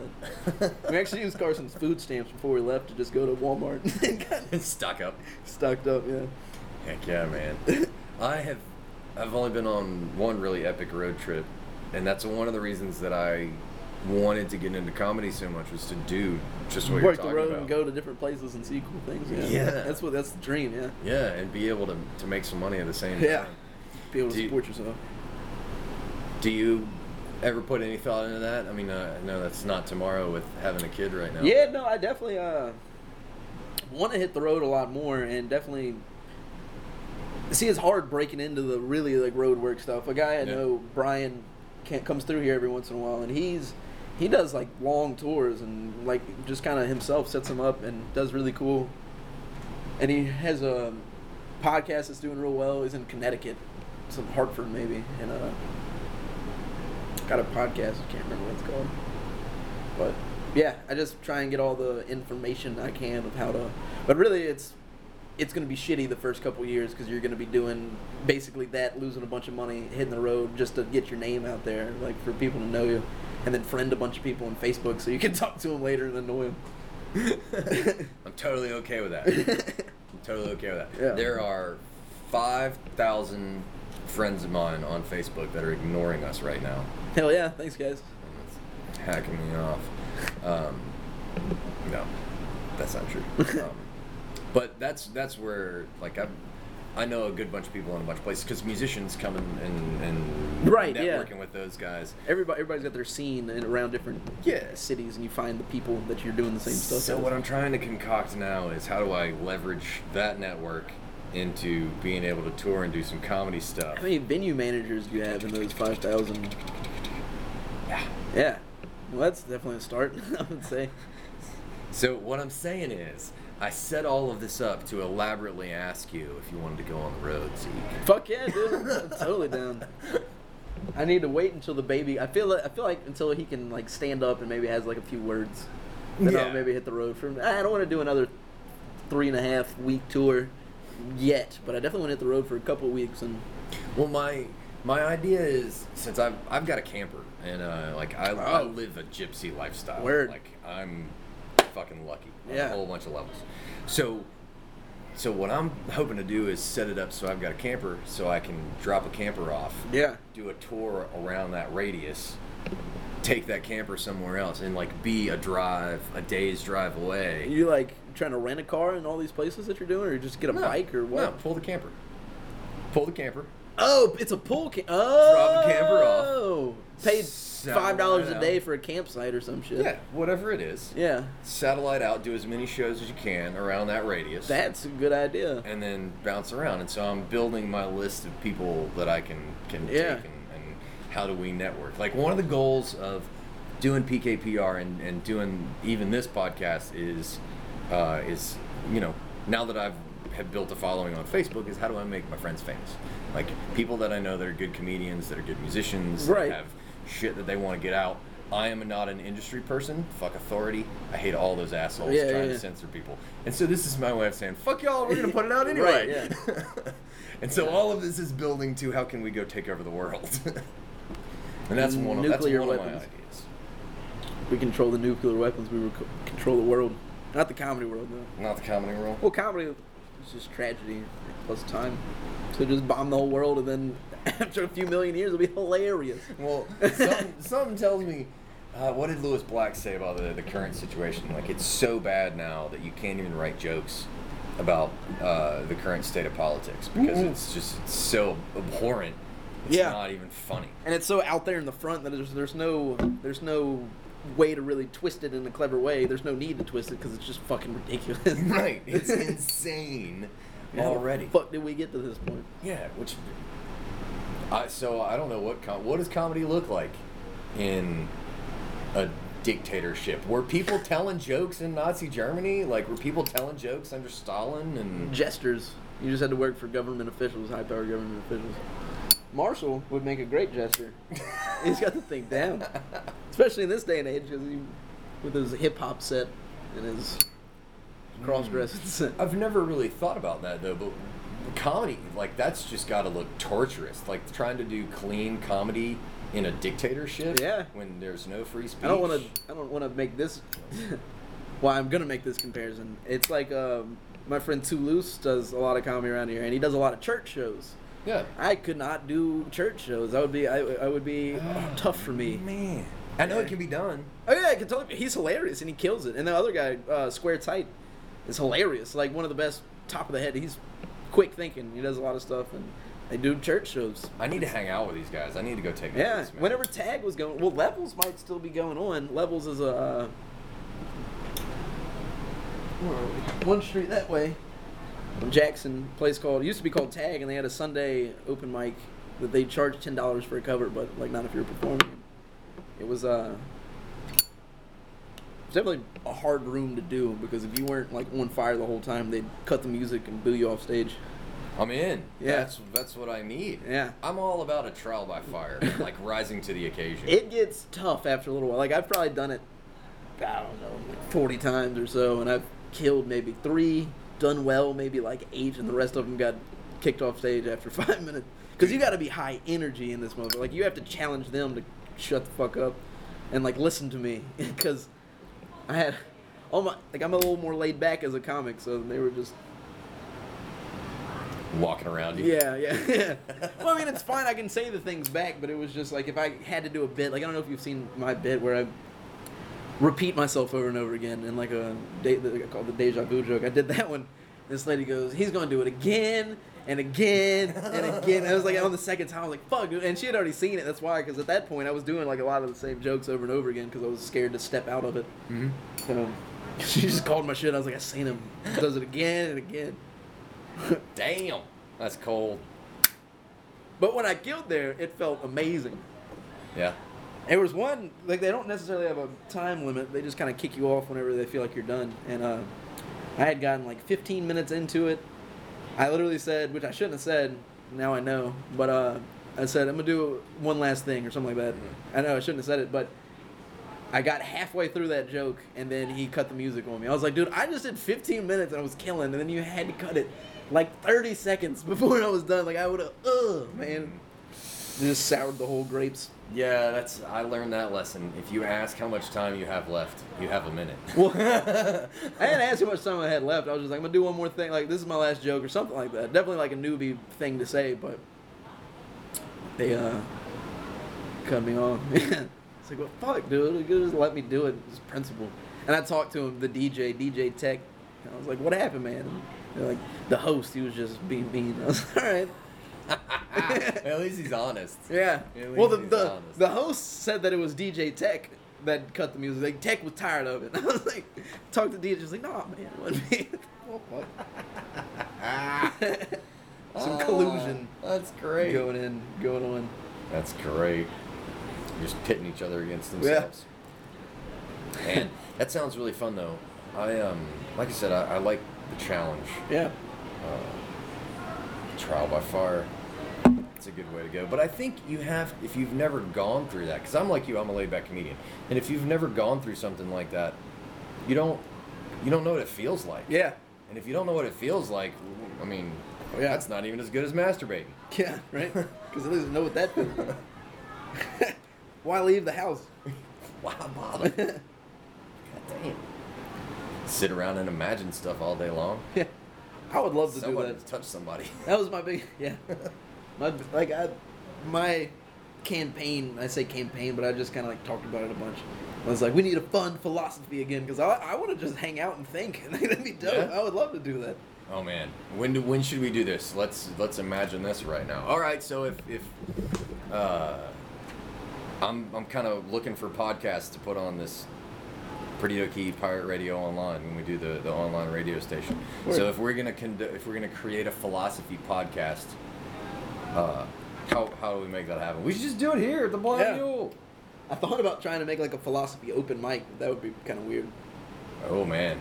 [SPEAKER 2] that. We actually used Carson's food stamps before we left to just go to Walmart and got
[SPEAKER 1] stuck up.
[SPEAKER 2] stocked up, yeah.
[SPEAKER 1] Heck yeah, man. I have I've only been on one really epic road trip, and that's one of the reasons that I wanted to get into comedy so much was to do just what you're
[SPEAKER 2] Work the
[SPEAKER 1] talking
[SPEAKER 2] road
[SPEAKER 1] about.
[SPEAKER 2] and go to different places and see cool things. Yeah.
[SPEAKER 1] Yeah.
[SPEAKER 2] That's what that's the dream, yeah.
[SPEAKER 1] Yeah, and be able to, to make some money at the same
[SPEAKER 2] Yeah.
[SPEAKER 1] time.
[SPEAKER 2] Be able to
[SPEAKER 1] Do you-
[SPEAKER 2] support yourself.
[SPEAKER 1] Do you ever put any thought into that? I mean, uh, no, that's not tomorrow with having a kid right now.
[SPEAKER 2] Yeah, no, I definitely uh, want to hit the road a lot more, and definitely see it's hard breaking into the really like road work stuff. A guy I
[SPEAKER 1] Yeah.
[SPEAKER 2] know, Brian, can comes through here every once in a while, and he's he does like long tours and like just kind of himself sets them up and does really cool and he has a podcast that's doing real well. He's in Connecticut, it's in Hartford maybe, and uh, got a podcast. I can't remember what it's called, but yeah, I just try and get all the information I can of how to. But really, it's it's going to be shitty the first couple years because you're going to be doing basically that, losing a bunch of money, hitting the road just to get your name out there, like for people to know you, and then friend a bunch of people on Facebook so you can talk to them later and annoy them.
[SPEAKER 1] I'm totally okay with that. I'm totally okay with that.
[SPEAKER 2] Yeah.
[SPEAKER 1] There are 5,000 friends of mine on Facebook that are ignoring us right now.
[SPEAKER 2] Hell yeah! Thanks, guys.
[SPEAKER 1] And it's hacking me off. Um, no, that's not true. Um, but that's that's where like I I know a good bunch of people in a bunch of places because musicians come and and, and
[SPEAKER 2] Right, yeah.
[SPEAKER 1] networking with those guys.
[SPEAKER 2] Everybody, everybody's got their scene and around different
[SPEAKER 1] Yeah.
[SPEAKER 2] cities, and you find the people that you're doing the same stuff.
[SPEAKER 1] So
[SPEAKER 2] with.
[SPEAKER 1] what I'm trying to concoct now is how do I leverage that network into being able to tour and do some comedy stuff.
[SPEAKER 2] How many venue managers do you have in those 5,000?
[SPEAKER 1] Yeah.
[SPEAKER 2] Yeah. Well, that's definitely a start, I would say.
[SPEAKER 1] So what I'm saying is, I set all of this up to elaborately ask you if you wanted to go on the road. So you
[SPEAKER 2] Fuck yeah, dude. I'm totally down. I need to wait until the baby. I feel like, I feel like until he can like stand up and maybe has like a few words. Then
[SPEAKER 1] Yeah.
[SPEAKER 2] I'll maybe hit the road for him. I don't want to do another three and a half week tour yet, but I definitely want to hit the road for a couple of weeks and
[SPEAKER 1] can- well, my my idea is since I've I've got a camper and uh, like I, I
[SPEAKER 2] Oh.
[SPEAKER 1] live a gypsy lifestyle.
[SPEAKER 2] Word.
[SPEAKER 1] Like I'm fucking lucky on a
[SPEAKER 2] Yeah.
[SPEAKER 1] whole bunch of levels. So. So what I'm hoping to do is set it up so I've got a camper so I can drop a camper off,
[SPEAKER 2] yeah,
[SPEAKER 1] do a tour around that radius, take that camper somewhere else, and like be a drive, a day's drive away.
[SPEAKER 2] you like trying to rent a car in all these places that you're doing, or just get a bike or what?
[SPEAKER 1] No, pull the camper. Pull the camper.
[SPEAKER 2] Oh, it's a pool camp. Oh,
[SPEAKER 1] the camper off.
[SPEAKER 2] Paid
[SPEAKER 1] Sell
[SPEAKER 2] five dollars
[SPEAKER 1] that
[SPEAKER 2] a
[SPEAKER 1] out.
[SPEAKER 2] day for a campsite or some shit.
[SPEAKER 1] Yeah, whatever it is.
[SPEAKER 2] yeah.
[SPEAKER 1] Satellite out, do as many shows as you can around that radius.
[SPEAKER 2] That's a good idea.
[SPEAKER 1] and then bounce around. And so I'm building my list of people that I can can
[SPEAKER 2] Yeah.
[SPEAKER 1] take and, and how do we network. Like one of the goals of doing PKPR and, and doing even this podcast is uh, is you know now that I've have built a following on Facebook is how do I make my friends famous? Like people that I know that are good comedians, that are good musicians, that
[SPEAKER 2] Right.
[SPEAKER 1] have shit that they want to get out. I am not an industry person. Fuck authority. I hate all those assholes
[SPEAKER 2] Yeah, yeah,
[SPEAKER 1] trying
[SPEAKER 2] yeah.
[SPEAKER 1] to censor people. And so this is my way of saying, fuck y'all, we're gonna put it out
[SPEAKER 2] Right,
[SPEAKER 1] anyway.
[SPEAKER 2] yeah.
[SPEAKER 1] and so all of this is building to how can we go take over the world? and that's one of that's
[SPEAKER 2] Nuclear
[SPEAKER 1] one of my
[SPEAKER 2] weapons.
[SPEAKER 1] ideas.
[SPEAKER 2] We control the nuclear weapons. We rec- control the world, not the comedy world though.
[SPEAKER 1] Not the comedy rule.
[SPEAKER 2] Well, comedy is just tragedy plus time. So just bomb the whole world, and then after a few million years, it'll be hilarious.
[SPEAKER 1] Well, something, something tells me. Uh, what did Lewis Black say about the, the current situation? Like, it's so bad now that you can't even write jokes about uh, the current state of politics because
[SPEAKER 2] Mm-mm.
[SPEAKER 1] it's just it's so abhorrent. It's
[SPEAKER 2] Mm-hmm. Yeah.
[SPEAKER 1] not even funny.
[SPEAKER 2] and it's so out there in the front that there's, there's no there's no way to really twist it in a clever way. There's no need to twist it because it's just fucking ridiculous.
[SPEAKER 1] Right. It's insane
[SPEAKER 2] How the
[SPEAKER 1] already.
[SPEAKER 2] fuck did we get to this point?
[SPEAKER 1] Yeah, which I so I don't know what com- what does comedy look like in a dictatorship? Were people telling jokes in Nazi Germany? Like were people telling jokes under Stalin and
[SPEAKER 2] Jesters. You just had to work for government officials, high powered government officials. Marshall would make a great jester. He's got the thing down, especially in this day and age, because he with his hip hop set and his cross dressing set.
[SPEAKER 1] Hmm. I've never really thought about that though, but comedy like that's just got to look torturous. Like trying to do clean comedy in a dictatorship
[SPEAKER 2] Yeah.
[SPEAKER 1] when there's no free speech.
[SPEAKER 2] I don't want to. I don't want to make this. well, I'm gonna make this comparison. It's like um, my friend Toulouse does a lot of comedy around here, and he does a lot of church shows.
[SPEAKER 1] Yeah.
[SPEAKER 2] I could not do church shows. That would be. I, I would be tough for me.
[SPEAKER 1] Man. I know it can be done.
[SPEAKER 2] Oh yeah, I can totally. He's hilarious and he kills it. And the other guy, uh, Square Tight, is hilarious. Like one of the best top of the head. He's quick thinking. He does a lot of stuff, and they do church shows.
[SPEAKER 1] I need to hang out with these guys. I need to go take
[SPEAKER 2] Yeah,
[SPEAKER 1] notes, man.
[SPEAKER 2] whenever Tag was going, well, Levels might still be going on. Levels is a uh, where are we? one street that way. Jackson place called used to be called Tag, and they had a Sunday open mic that they charged ten dollars for a cover, but like not if you were performing. It was uh, It's definitely a hard room to do because if you weren't like on fire the whole time, they'd cut the music and boo you off stage.
[SPEAKER 1] I'm in.
[SPEAKER 2] Yeah.
[SPEAKER 1] That's that's what I need.
[SPEAKER 2] Yeah.
[SPEAKER 1] I'm all about a trial by fire, like rising to the occasion.
[SPEAKER 2] It gets tough after a little while. Like I've probably done it, I don't know, like forty times or so, and I've killed maybe three, done well maybe like eight, and the rest of them got kicked off stage after five minutes. Because you got to be high energy in this motherfucker. Like you have to challenge them to shut the fuck up and like listen to me. Because I had all my like I'm a little more laid back as a comic, so they were just
[SPEAKER 1] Walking around you.
[SPEAKER 2] yeah, yeah, yeah. Well, I mean, it's fine. I can say the things back, but it was just like if I had to do a bit. Like I don't know if you've seen my bit where I repeat myself over and over again in like a de- the- I called the deja vu joke. I did that one. This lady goes, "He's gonna do it again and again and again." I was like on the second time, I was like, "Fuck!" Dude. And she had already seen it. That's why, because at that point, I was doing like a lot of the same jokes over and over again because I was scared to step out of it.
[SPEAKER 1] Mhm.
[SPEAKER 2] So she just called my shit. I was like, "I seen him. Does it again and again."
[SPEAKER 1] Damn. That's cold.
[SPEAKER 2] But when I killed there, it felt amazing.
[SPEAKER 1] Yeah.
[SPEAKER 2] There was one like they don't necessarily have a time limit. They just kind of kick you off whenever they feel like you're done. And uh, I had gotten like 15 minutes into it. I literally said, which I shouldn't have said. Now I know, but uh, I said I'm gonna do one last thing or something like that. I know I shouldn't have said it, but I got halfway through that joke and then he cut the music on me. I was like, dude, I just did 15 minutes and I was killing, and then you had to cut it like 30 seconds before I was done. Like I would have, ugh, man, just soured the whole grapes.
[SPEAKER 1] Yeah, that's I learned that lesson. If you ask how much time you have left, you have a minute.
[SPEAKER 2] Well, I didn't ask how much time I had left. I was just like, I'm gonna do one more thing. Like this is my last joke or something like that. Definitely like a newbie thing to say, but they uh cut me off. it's like, well, fuck, dude. You Just let me do it. It's principle. And I talked to him, the DJ, DJ Tech. And I was like, what happened, man? And they're like the host, he was just being mean. I was like, all right.
[SPEAKER 1] At least he's honest.
[SPEAKER 2] Yeah.
[SPEAKER 1] At
[SPEAKER 2] Well, the
[SPEAKER 1] least he's
[SPEAKER 2] the,
[SPEAKER 1] honest.
[SPEAKER 2] the host said that it was DJ Tech that cut the music. Like Tech was tired of it. I was like, talked to DJ. She's like, Nah, man, it wasn't me." Well, fuck. Ah, Some
[SPEAKER 1] Ah,
[SPEAKER 2] collusion
[SPEAKER 1] That's great.
[SPEAKER 2] going in, going on.
[SPEAKER 1] That's great. You're just pitting each other against themselves. Man, that sounds really fun though. I um, like I said, I, I like the challenge.
[SPEAKER 2] Yeah.
[SPEAKER 1] Trial by fire. It's a good way to go. But I think you have, if you've never gone through that, because I'm like you, I'm a laid back comedian, and if you've never gone through something like that, you don't, you don't know what it feels like.
[SPEAKER 2] Yeah.
[SPEAKER 1] And if you don't know what it feels like, I mean,
[SPEAKER 2] Yeah.
[SPEAKER 1] that's not even as good as masturbating.
[SPEAKER 2] Yeah. Right. Because at least I know what that feels. like. Why leave the house?
[SPEAKER 1] Why bother? God damn. Sit around and imagine stuff all day long.
[SPEAKER 2] Yeah. I would love to
[SPEAKER 1] Somebody
[SPEAKER 2] do that.
[SPEAKER 1] to touch somebody.
[SPEAKER 2] That was my big yeah. My like I my campaign. I say campaign, but I just kind of like talked about it a bunch. I was like, we need a fun philosophy again because I, I want to just hang out and think. That'd be dope.
[SPEAKER 1] Yeah.
[SPEAKER 2] I would love to do that.
[SPEAKER 1] Oh man, when do, when should we do this? Let's let's imagine this right now. All right, so if if uh, I'm I'm kind of looking for podcasts to put on this Pretty Doki Pirate Radio online when we do the, the online radio station.
[SPEAKER 2] Word.
[SPEAKER 1] So if we're gonna condo- if we're gonna create a philosophy podcast, uh, how how do we make that happen? We should just do it here at the Blind
[SPEAKER 2] Yeah.
[SPEAKER 1] Mule.
[SPEAKER 2] I thought about trying to make like a philosophy open mic. but That would be kind of weird.
[SPEAKER 1] Oh man,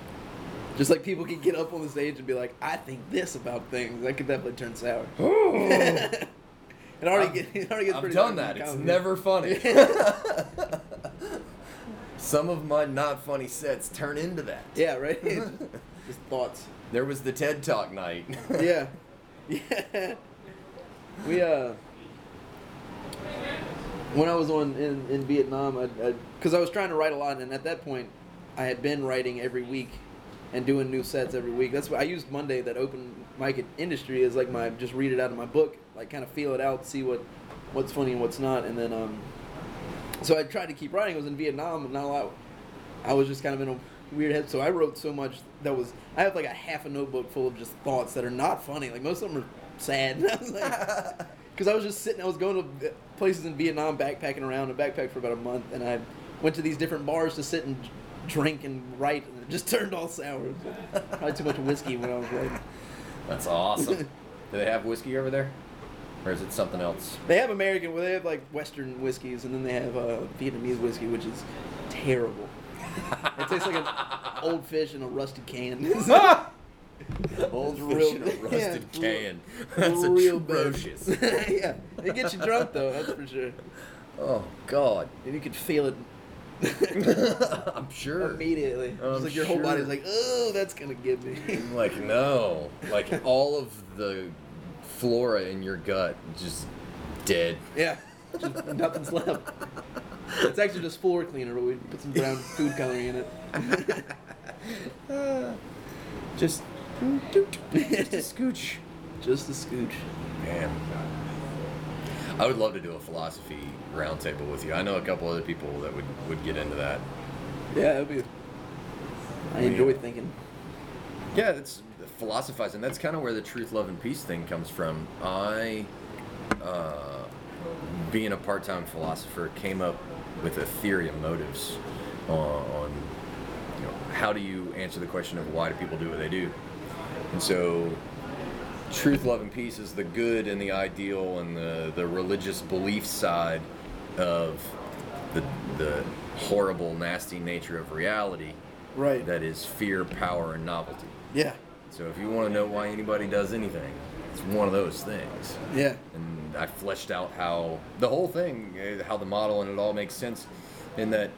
[SPEAKER 2] Just like people could get up on the stage and be like, I think this about things. That could definitely turn sour. it already
[SPEAKER 1] I've-
[SPEAKER 2] get, it already gets
[SPEAKER 1] I've
[SPEAKER 2] pretty
[SPEAKER 1] done that.
[SPEAKER 2] dark in
[SPEAKER 1] It's
[SPEAKER 2] comedy.
[SPEAKER 1] never funny. Some of my not funny sets turn into that.
[SPEAKER 2] yeah right. just thoughts.
[SPEAKER 1] There was the TED Talk night.
[SPEAKER 2] yeah. Yeah. We uh when I was on in, in Vietnam, I, I, cuz I was trying to write a lot and at that point I had been writing every week and doing new sets every week. That's why I used Monday that open mic at industry as like my just read it out of my book, like kind of feel it out, see what what's funny and what's not and then um so I tried to keep writing. I was in Vietnam and not a lot I was just kind of in a weird head. So I wrote so much that was I have like a half a notebook full of just thoughts that are not funny. Like most of them are sad. I was like, because I was just sitting. I was going to uh, places in Vietnam, backpacking around, and backpacked for about a month, and I went to these different bars to sit and drink and write, and it just turned all sour. It was Probably too much whiskey when I was writing.
[SPEAKER 1] That's awesome. Do they have whiskey over there, or is it something else?
[SPEAKER 2] They have American, well, they have like Western whiskeys, and then they have uh, Vietnamese whiskey, which is terrible. It tastes like an old fish in a rusty can.
[SPEAKER 1] Old
[SPEAKER 2] Real-
[SPEAKER 1] fish in a rusted
[SPEAKER 2] yeah,
[SPEAKER 1] can. That's
[SPEAKER 2] Real bad.
[SPEAKER 1] atrocious.
[SPEAKER 2] yeah, it gets you drunk though, that's for sure.
[SPEAKER 1] oh God.
[SPEAKER 2] And you could feel it
[SPEAKER 1] I'm sure.
[SPEAKER 2] immediately.
[SPEAKER 1] I'm
[SPEAKER 2] It's like your whole body's
[SPEAKER 1] sure.
[SPEAKER 2] like, oh, that's gonna give me.
[SPEAKER 1] Like no, like all of the flora in your gut just dead.
[SPEAKER 2] yeah, just nothing's left. It's actually just floor cleaner, but we put some brown food coloring in it.
[SPEAKER 1] Just, just a scooch.
[SPEAKER 2] Just a scooch.
[SPEAKER 1] Man, I would love to do a philosophy roundtable with you. I know a couple other people that would would get into that.
[SPEAKER 2] Yeah, it'd be. I
[SPEAKER 1] Yeah.
[SPEAKER 2] enjoy thinking.
[SPEAKER 1] Yeah, that's philosophizing. That's kind of where the truth, love, and peace thing comes from. I, uh, being a part time philosopher, came up with a theory of motives on, on you know, how do you answer the question of why do people do what they do? And so, truth, love, and peace is the good and the ideal and the, the religious belief side of the, the horrible, nasty nature of reality
[SPEAKER 2] Right.
[SPEAKER 1] that is fear, power, and novelty.
[SPEAKER 2] Yeah.
[SPEAKER 1] So if you want to know why anybody does anything, it's one of those things.
[SPEAKER 2] Yeah.
[SPEAKER 1] And I fleshed out how the whole thing, eh, how the model and it all makes sense, in that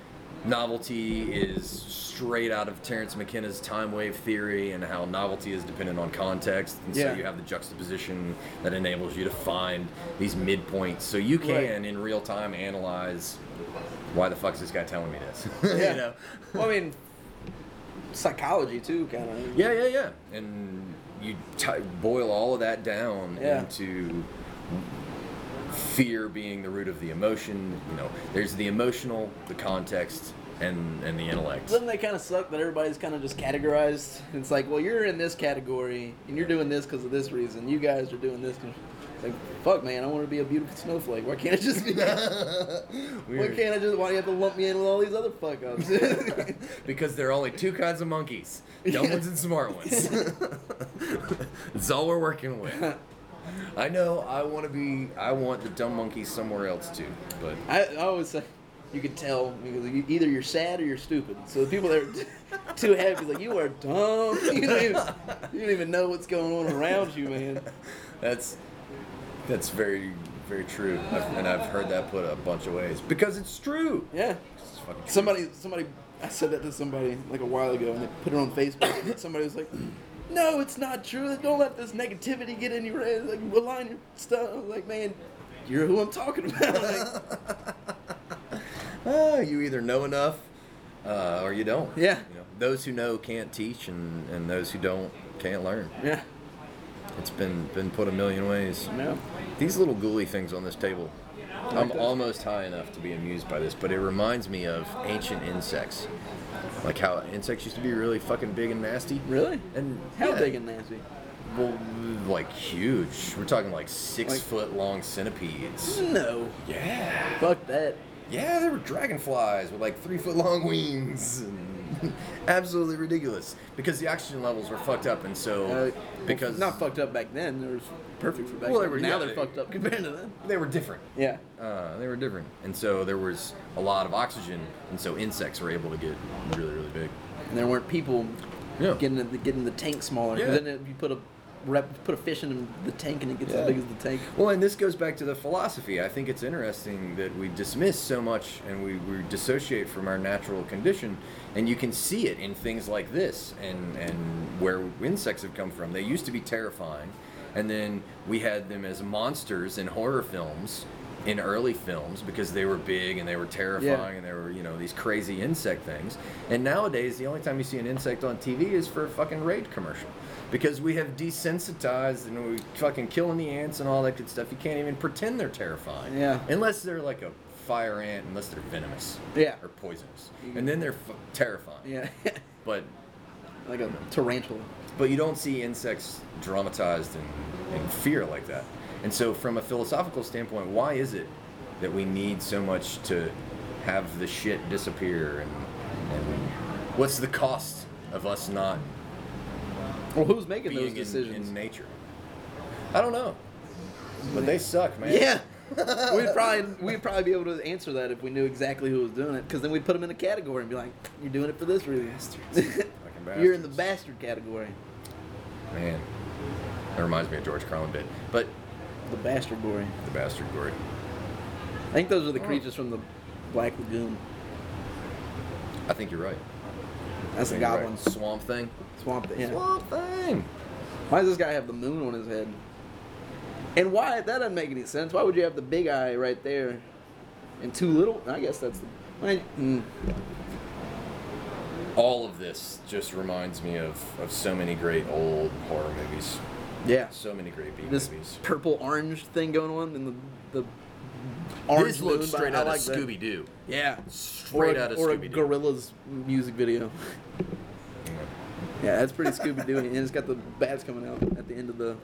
[SPEAKER 1] novelty is straight out of Terence McKenna's time wave theory, and how novelty is dependent on context. And
[SPEAKER 2] Yeah.
[SPEAKER 1] so you have the juxtaposition that enables you to find these midpoints. So you can,
[SPEAKER 2] Right.
[SPEAKER 1] in real time, analyze why the fuck is this guy telling me this?
[SPEAKER 2] Yeah.
[SPEAKER 1] you know?
[SPEAKER 2] Well, I mean, psychology too, kind of.
[SPEAKER 1] Yeah, yeah, yeah. And you t- boil all of that down
[SPEAKER 2] Yeah.
[SPEAKER 1] into fear being the root of the emotion. You know, there's the emotional, the context, and and the intellect.
[SPEAKER 2] Doesn't that kind of suck that everybody's kind of just categorized? It's like, well, you're in this category, and you're doing this because of this reason. You guys are doing this. 'cause- It's like, fuck, man, I want to be a beautiful snowflake. Why can't I just be? Why
[SPEAKER 1] Weird.
[SPEAKER 2] can't I just? Why do you have to lump me in with all these other fuck ups?
[SPEAKER 1] Because there are only two kinds of monkeys: dumb ones and smart ones. it's all we're working with. I know. I want to be. I want the dumb monkeys somewhere else too. But
[SPEAKER 2] I, I always say, you can tell because you, either you're sad or you're stupid. So the people that are t- too happy, like you are dumb. You don't, even, you don't even know what's going on around you, man.
[SPEAKER 1] That's that's very very true, I've, and I've heard that put a bunch of ways because it's true.
[SPEAKER 2] Yeah.
[SPEAKER 1] It's fucking true.
[SPEAKER 2] Somebody, somebody, I said that to somebody like a while ago, and they put it on Facebook. And somebody was like, "No, it's not true. Don't let this negativity get in your head. Like, align your stuff. I was Like, man, you're who I'm talking about. Like,
[SPEAKER 1] Ah, you either know enough uh, or you don't.
[SPEAKER 2] Yeah.
[SPEAKER 1] You know, those who know can't teach, and, and those who don't can't learn.
[SPEAKER 2] yeah,
[SPEAKER 1] It's been been put a million ways.
[SPEAKER 2] no,
[SPEAKER 1] These little gooey things on this table. I'm almost high enough to be amused by this, but it reminds me of ancient insects. Like how insects used to be really fucking big and nasty.
[SPEAKER 2] really?
[SPEAKER 1] And
[SPEAKER 2] How
[SPEAKER 1] yeah.
[SPEAKER 2] big and nasty?
[SPEAKER 1] Well, like huge. We're talking like six
[SPEAKER 2] Like-
[SPEAKER 1] foot long centipedes.
[SPEAKER 2] No,
[SPEAKER 1] Yeah.
[SPEAKER 2] fuck that.
[SPEAKER 1] Yeah, there were dragonflies with like three foot long wings. And absolutely ridiculous. Because the oxygen levels were fucked up, and so.
[SPEAKER 2] Uh,
[SPEAKER 1] Because.
[SPEAKER 2] not fucked up back then. They were perfect for back
[SPEAKER 1] Well, they
[SPEAKER 2] then.
[SPEAKER 1] were-
[SPEAKER 2] now
[SPEAKER 1] yeah,
[SPEAKER 2] they're
[SPEAKER 1] they-
[SPEAKER 2] fucked up compared to them.
[SPEAKER 1] They were different.
[SPEAKER 2] Yeah.
[SPEAKER 1] Uh, they were different. And so there was a lot of oxygen, and so insects were able to get really, really big.
[SPEAKER 2] And there weren't people
[SPEAKER 1] Yeah.
[SPEAKER 2] getting the, getting the tank smaller. 'Cause
[SPEAKER 1] Yeah.
[SPEAKER 2] Then if you put a rep, put a fish in the tank and it gets
[SPEAKER 1] Yeah.
[SPEAKER 2] as big as the tank.
[SPEAKER 1] Well, and this goes back to the philosophy. I think it's interesting that we dismiss so much and we, we dissociate from our natural condition, and you can see it in things like this and, and where insects have come from. They used to be terrifying, and then we had them as monsters in horror films. In early films, because they were big and they were terrifying, and they were, you know, these crazy insect things. And nowadays, the only time you see an insect on TV is for a fucking raid commercial because we have desensitized and we fucking killing the ants and all that good stuff. You can't even pretend they're terrifying.
[SPEAKER 2] Yeah.
[SPEAKER 1] Unless they're like a fire ant, unless they're venomous.
[SPEAKER 2] Yeah.
[SPEAKER 1] Or poisonous, and then they're f- terrifying.
[SPEAKER 2] Yeah,
[SPEAKER 1] But
[SPEAKER 2] like a tarantula.
[SPEAKER 1] but you don't see insects dramatized in, in fear like that. And so, from a philosophical standpoint, why is it that we need so much to have the shit disappear? And, and what's the cost of us not
[SPEAKER 2] Well, who's making
[SPEAKER 1] being
[SPEAKER 2] those
[SPEAKER 1] in-
[SPEAKER 2] decisions?
[SPEAKER 1] in, nature. I don't know, but they suck, man.
[SPEAKER 2] yeah, we'd probably we'd probably be able to answer that if we knew exactly who was doing it, because then we'd put them in a category and be like, "You're doing it for this reason. You're in the bastard category,
[SPEAKER 1] Man, that reminds me of George Carlin bit. But
[SPEAKER 2] the bastard gory."
[SPEAKER 1] the bastard gory.
[SPEAKER 2] I think those are
[SPEAKER 1] Oh.
[SPEAKER 2] the creatures from the Black Lagoon.
[SPEAKER 1] I think you're right. I
[SPEAKER 2] That's the
[SPEAKER 1] think you're right.
[SPEAKER 2] goblin
[SPEAKER 1] Swamp thing.
[SPEAKER 2] swamp. thing, Yeah.
[SPEAKER 1] Swamp thing.
[SPEAKER 2] Why does this guy have the moon on his head? And why? That doesn't make any sense. Why would you have the big eye right there and two little? I guess that's the. Why, mm,
[SPEAKER 1] All of this just reminds me of, of so many great old horror movies.
[SPEAKER 2] yeah.
[SPEAKER 1] So many great B
[SPEAKER 2] This
[SPEAKER 1] movies.
[SPEAKER 2] purple orange thing going on and the the orange
[SPEAKER 1] this looks
[SPEAKER 2] moon, but
[SPEAKER 1] straight
[SPEAKER 2] I
[SPEAKER 1] out
[SPEAKER 2] like
[SPEAKER 1] of
[SPEAKER 2] that.
[SPEAKER 1] Scooby Doo.
[SPEAKER 2] Yeah.
[SPEAKER 1] Straight
[SPEAKER 2] or a,
[SPEAKER 1] out of
[SPEAKER 2] or a
[SPEAKER 1] Scooby Doo.
[SPEAKER 2] gorilla's music video. yeah, that's pretty Scooby Doo, and it's got the bats coming out at the end of the,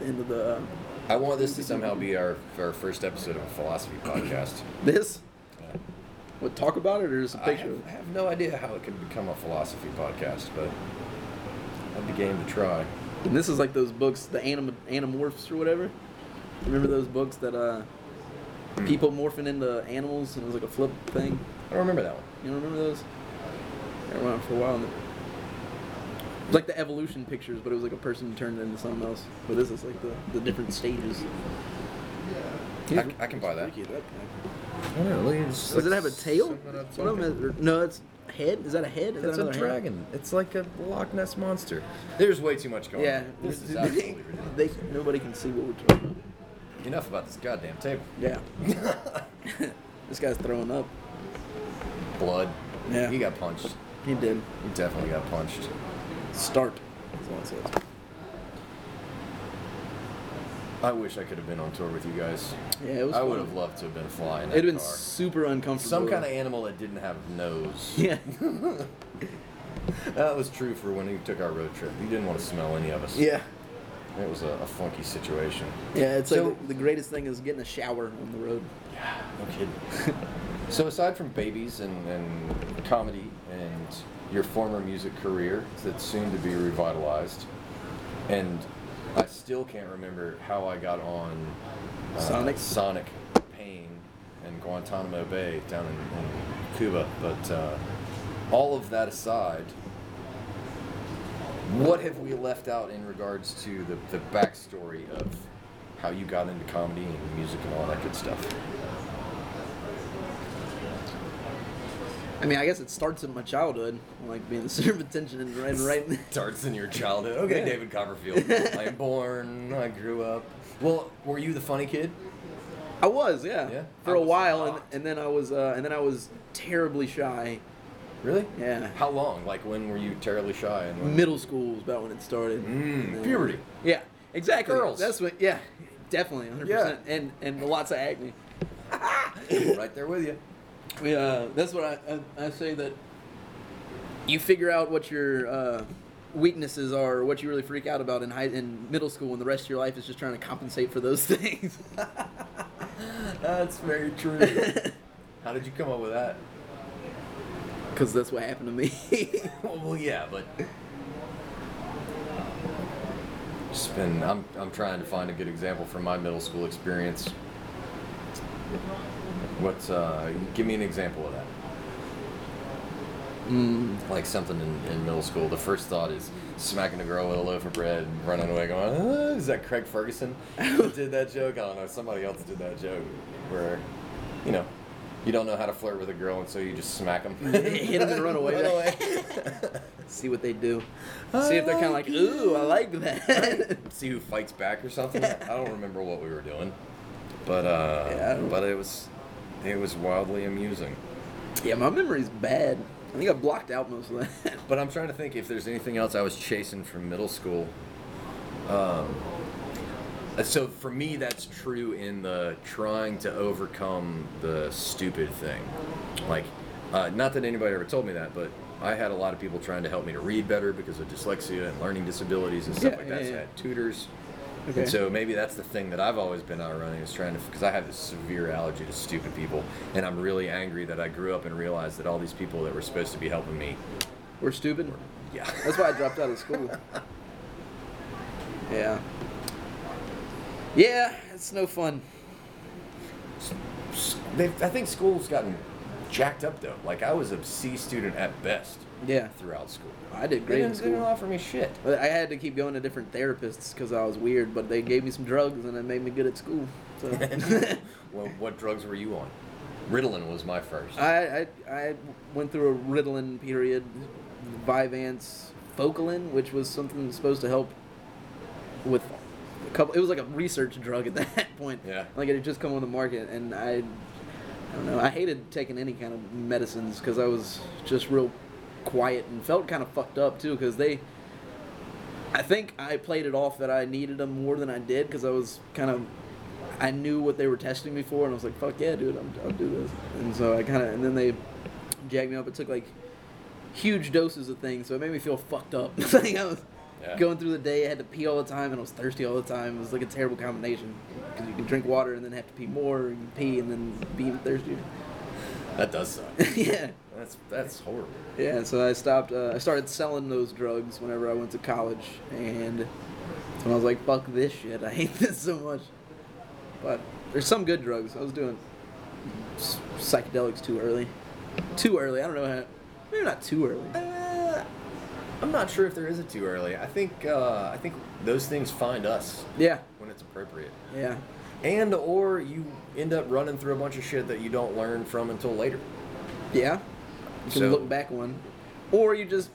[SPEAKER 2] the end of the uh,
[SPEAKER 1] I want this to somehow be our, our first episode of a philosophy podcast.
[SPEAKER 2] this.
[SPEAKER 1] Yeah.
[SPEAKER 2] What talk about it or just a
[SPEAKER 1] I
[SPEAKER 2] picture?
[SPEAKER 1] have, I have no idea how it can become a philosophy podcast, but I'd be game to try.
[SPEAKER 2] And this is like those books, the anim- animorphs or whatever. Remember those books that uh,
[SPEAKER 1] Hmm.
[SPEAKER 2] people morphing into animals and it was like a flip thing?
[SPEAKER 1] I don't remember that one.
[SPEAKER 2] You don't remember those? They were around for a while. And it was like the evolution pictures, but it was like a person turned into something else. But this is like the, the different stages.
[SPEAKER 1] I- I can buy that.
[SPEAKER 2] Freaky, guy.
[SPEAKER 1] I don't know. Does
[SPEAKER 2] Does it have a tail? One of 'em has- no, it's head. Is that a head?
[SPEAKER 1] It's
[SPEAKER 2] Is that
[SPEAKER 1] a
[SPEAKER 2] another hand?
[SPEAKER 1] dragon. It's like a Loch Ness monster. There's way too much going
[SPEAKER 2] Yeah.
[SPEAKER 1] on. This is absolutely ridiculous.
[SPEAKER 2] they, nobody can see what we're talking about.
[SPEAKER 1] Enough about this goddamn table.
[SPEAKER 2] Yeah. this guy's throwing up.
[SPEAKER 1] Blood.
[SPEAKER 2] Yeah.
[SPEAKER 1] He got punched.
[SPEAKER 2] He did.
[SPEAKER 1] He definitely got punched.
[SPEAKER 2] Start. That's all it says.
[SPEAKER 1] I wish I could have been on tour with you guys.
[SPEAKER 2] Yeah, it was.
[SPEAKER 1] I
[SPEAKER 2] fun.
[SPEAKER 1] would have loved to have been flying.
[SPEAKER 2] It'd
[SPEAKER 1] That
[SPEAKER 2] been
[SPEAKER 1] car.
[SPEAKER 2] super uncomfortable.
[SPEAKER 1] Some kind of animal that didn't have a nose.
[SPEAKER 2] Yeah.
[SPEAKER 1] That was true for when he took our road trip. He didn't want to smell any of us.
[SPEAKER 2] yeah.
[SPEAKER 1] It was a, a funky situation.
[SPEAKER 2] Yeah. It's
[SPEAKER 1] So-
[SPEAKER 2] like the, the greatest thing is getting a shower on the road.
[SPEAKER 1] No kidding. so aside from babies and, and comedy and your former music career that's soon to be revitalized, and I still can't remember how I got on uh,
[SPEAKER 2] Sonic?
[SPEAKER 1] Sonic Pain and Guantanamo Bay down in, in Cuba, but uh, all of that aside. What have we left out in regards to the, the backstory of how you got into comedy and music and all that good stuff?
[SPEAKER 2] I mean, I guess it starts in my childhood, like being the center of attention and right, right.
[SPEAKER 1] Starts in your childhood. Okay,
[SPEAKER 2] Yeah.
[SPEAKER 1] David Copperfield. I am born. I grew up. Well, were you the funny kid?
[SPEAKER 2] I was, yeah,
[SPEAKER 1] Yeah?
[SPEAKER 2] for
[SPEAKER 1] I
[SPEAKER 2] a
[SPEAKER 1] was
[SPEAKER 2] while, and,
[SPEAKER 1] shocked.
[SPEAKER 2] and then I was, uh, and then I was terribly shy.
[SPEAKER 1] Really?
[SPEAKER 2] Yeah.
[SPEAKER 1] How long? Like when were you terribly shy and when?
[SPEAKER 2] Middle school was about when it started.
[SPEAKER 1] Mm,
[SPEAKER 2] Yeah.
[SPEAKER 1] puberty.
[SPEAKER 2] Yeah, exactly.
[SPEAKER 1] Girls.
[SPEAKER 2] That's what. Yeah, definitely, hundred percent, and and lots of acne.
[SPEAKER 1] right there with you.
[SPEAKER 2] We, uh, that's what I, I, I say that you figure out what your uh, weaknesses are, or what you really freak out about in high in middle school, and the rest of your life is just trying to compensate for those things.
[SPEAKER 1] That's very true. How did you come up with that?
[SPEAKER 2] Because that's what happened to me.
[SPEAKER 1] Well, yeah, but. Just been. I'm. I'm trying to find a good example from my middle school experience. What's uh? Give me an example of that.
[SPEAKER 2] mm,
[SPEAKER 1] like something in, in middle school, the first thought is smacking a girl with a loaf of bread and running away going, "Ah, is that Craig Ferguson who did that joke? I don't know, somebody else did that joke where, you know, you don't know how to flirt with a girl and so you just smack them.
[SPEAKER 2] Hit 'em and run away. see what they do. see if they're kind of like, ooh, I like that.
[SPEAKER 1] See who fights back or something. I don't remember what we were doing. But uh,
[SPEAKER 2] Yeah, I don't-
[SPEAKER 1] but it was it was wildly amusing.
[SPEAKER 2] yeah, my memory's bad. I think I blocked out most of that.
[SPEAKER 1] But I'm trying to think if there's anything else I was chasing from middle school. Um, so for me, that's true in the trying to overcome the stupid thing. Like, uh, not that anybody ever told me that, but I had a lot of people trying to help me to read better because of dyslexia and learning disabilities and stuff
[SPEAKER 2] Yeah,
[SPEAKER 1] like
[SPEAKER 2] yeah,
[SPEAKER 1] that. So
[SPEAKER 2] yeah.
[SPEAKER 1] I had tutors. And so maybe that's the thing that I've always been out running is trying to, because I have this severe allergy to stupid people, and I'm really angry that I grew up and realized that all these people that were supposed to be helping me,
[SPEAKER 2] We're stupid.
[SPEAKER 1] yeah.
[SPEAKER 2] That's why I dropped out of school. yeah. Yeah, it's no fun.
[SPEAKER 1] they I think school's gotten jacked up though. Like I was a C student at best
[SPEAKER 2] Yeah,
[SPEAKER 1] throughout school.
[SPEAKER 2] I did
[SPEAKER 1] They
[SPEAKER 2] great in
[SPEAKER 1] didn't, they didn't
[SPEAKER 2] school.
[SPEAKER 1] offer me shit.
[SPEAKER 2] But I had to keep going to different therapists because I was weird, but they gave me some drugs and it made me good at school. So
[SPEAKER 1] well, what drugs were you on? Ritalin was my first.
[SPEAKER 2] I, I I went through a Ritalin period, Vyvanse, Focalin, which was something supposed to help with a couple. It was like a research drug at that point.
[SPEAKER 1] Yeah.
[SPEAKER 2] Like it had just come on the market, and I, I don't know. I hated taking any kind of medicines because I was just real quiet and felt kind of fucked up too because they. I think I played it off that I needed them more than I did because I was kind of, I knew what they were testing me for, and I was like, "Fuck yeah, dude, I'm, I'll do this." And so I kind of, and then they jacked me up. It took like huge doses of things, so it made me feel fucked up. like I was
[SPEAKER 1] Yeah.
[SPEAKER 2] going through the day, I had to pee all the time, and I was thirsty all the time. It was like a terrible combination because you can drink water and then have to pee more, and pee and then be even thirstier.
[SPEAKER 1] that does suck.
[SPEAKER 2] yeah.
[SPEAKER 1] That's that's horrible.
[SPEAKER 2] Yeah, so I stopped. Uh, I started selling those drugs whenever I went to college, and that's when I was like, "Fuck this shit! I hate this so much." But there's some good drugs. I was doing s- psychedelics too early. Too early. I don't know how. Maybe not too early.
[SPEAKER 1] Uh, I'm not sure if there is a too early. I think uh, I think those things find us
[SPEAKER 2] Yeah,
[SPEAKER 1] when it's appropriate,
[SPEAKER 2] yeah,
[SPEAKER 1] and or you end up running through a bunch of shit that you don't learn from until later.
[SPEAKER 2] yeah. You can
[SPEAKER 1] So-
[SPEAKER 2] look back one, or you just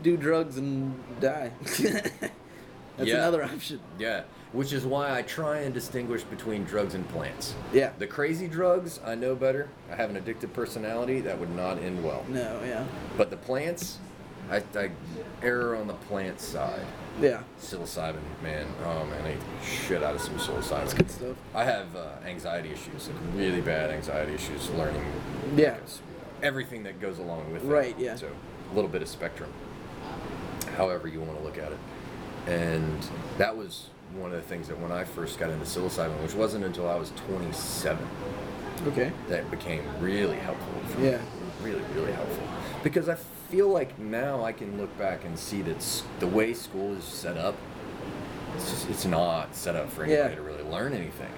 [SPEAKER 2] do drugs and die. That's
[SPEAKER 1] Yeah.
[SPEAKER 2] another option.
[SPEAKER 1] Yeah, which is why I try and distinguish between drugs and plants.
[SPEAKER 2] Yeah.
[SPEAKER 1] The crazy drugs, I know better. I have an addictive personality that would not end well.
[SPEAKER 2] No, yeah,
[SPEAKER 1] But the plants, I, I err on the plant side.
[SPEAKER 2] yeah.
[SPEAKER 1] Psilocybin, man. Oh man, I need the shit out of some psilocybin.
[SPEAKER 2] Good stuff.
[SPEAKER 1] I have uh, anxiety issues, like really bad anxiety issues. Learning,
[SPEAKER 2] Yeah.
[SPEAKER 1] it's everything that goes along with it.
[SPEAKER 2] Right, yeah.
[SPEAKER 1] So a little bit of spectrum, however you want to look at it, and that was one of the things that when I first got into psilocybin, which wasn't until I was 27,
[SPEAKER 2] Okay.
[SPEAKER 1] that became really helpful. For
[SPEAKER 2] Yeah.
[SPEAKER 1] me. Really, really helpful. Because I feel like now I can look back and see that s- the way school is set up, it's just it's not set up for anybody
[SPEAKER 2] Yeah.
[SPEAKER 1] to really learn anything.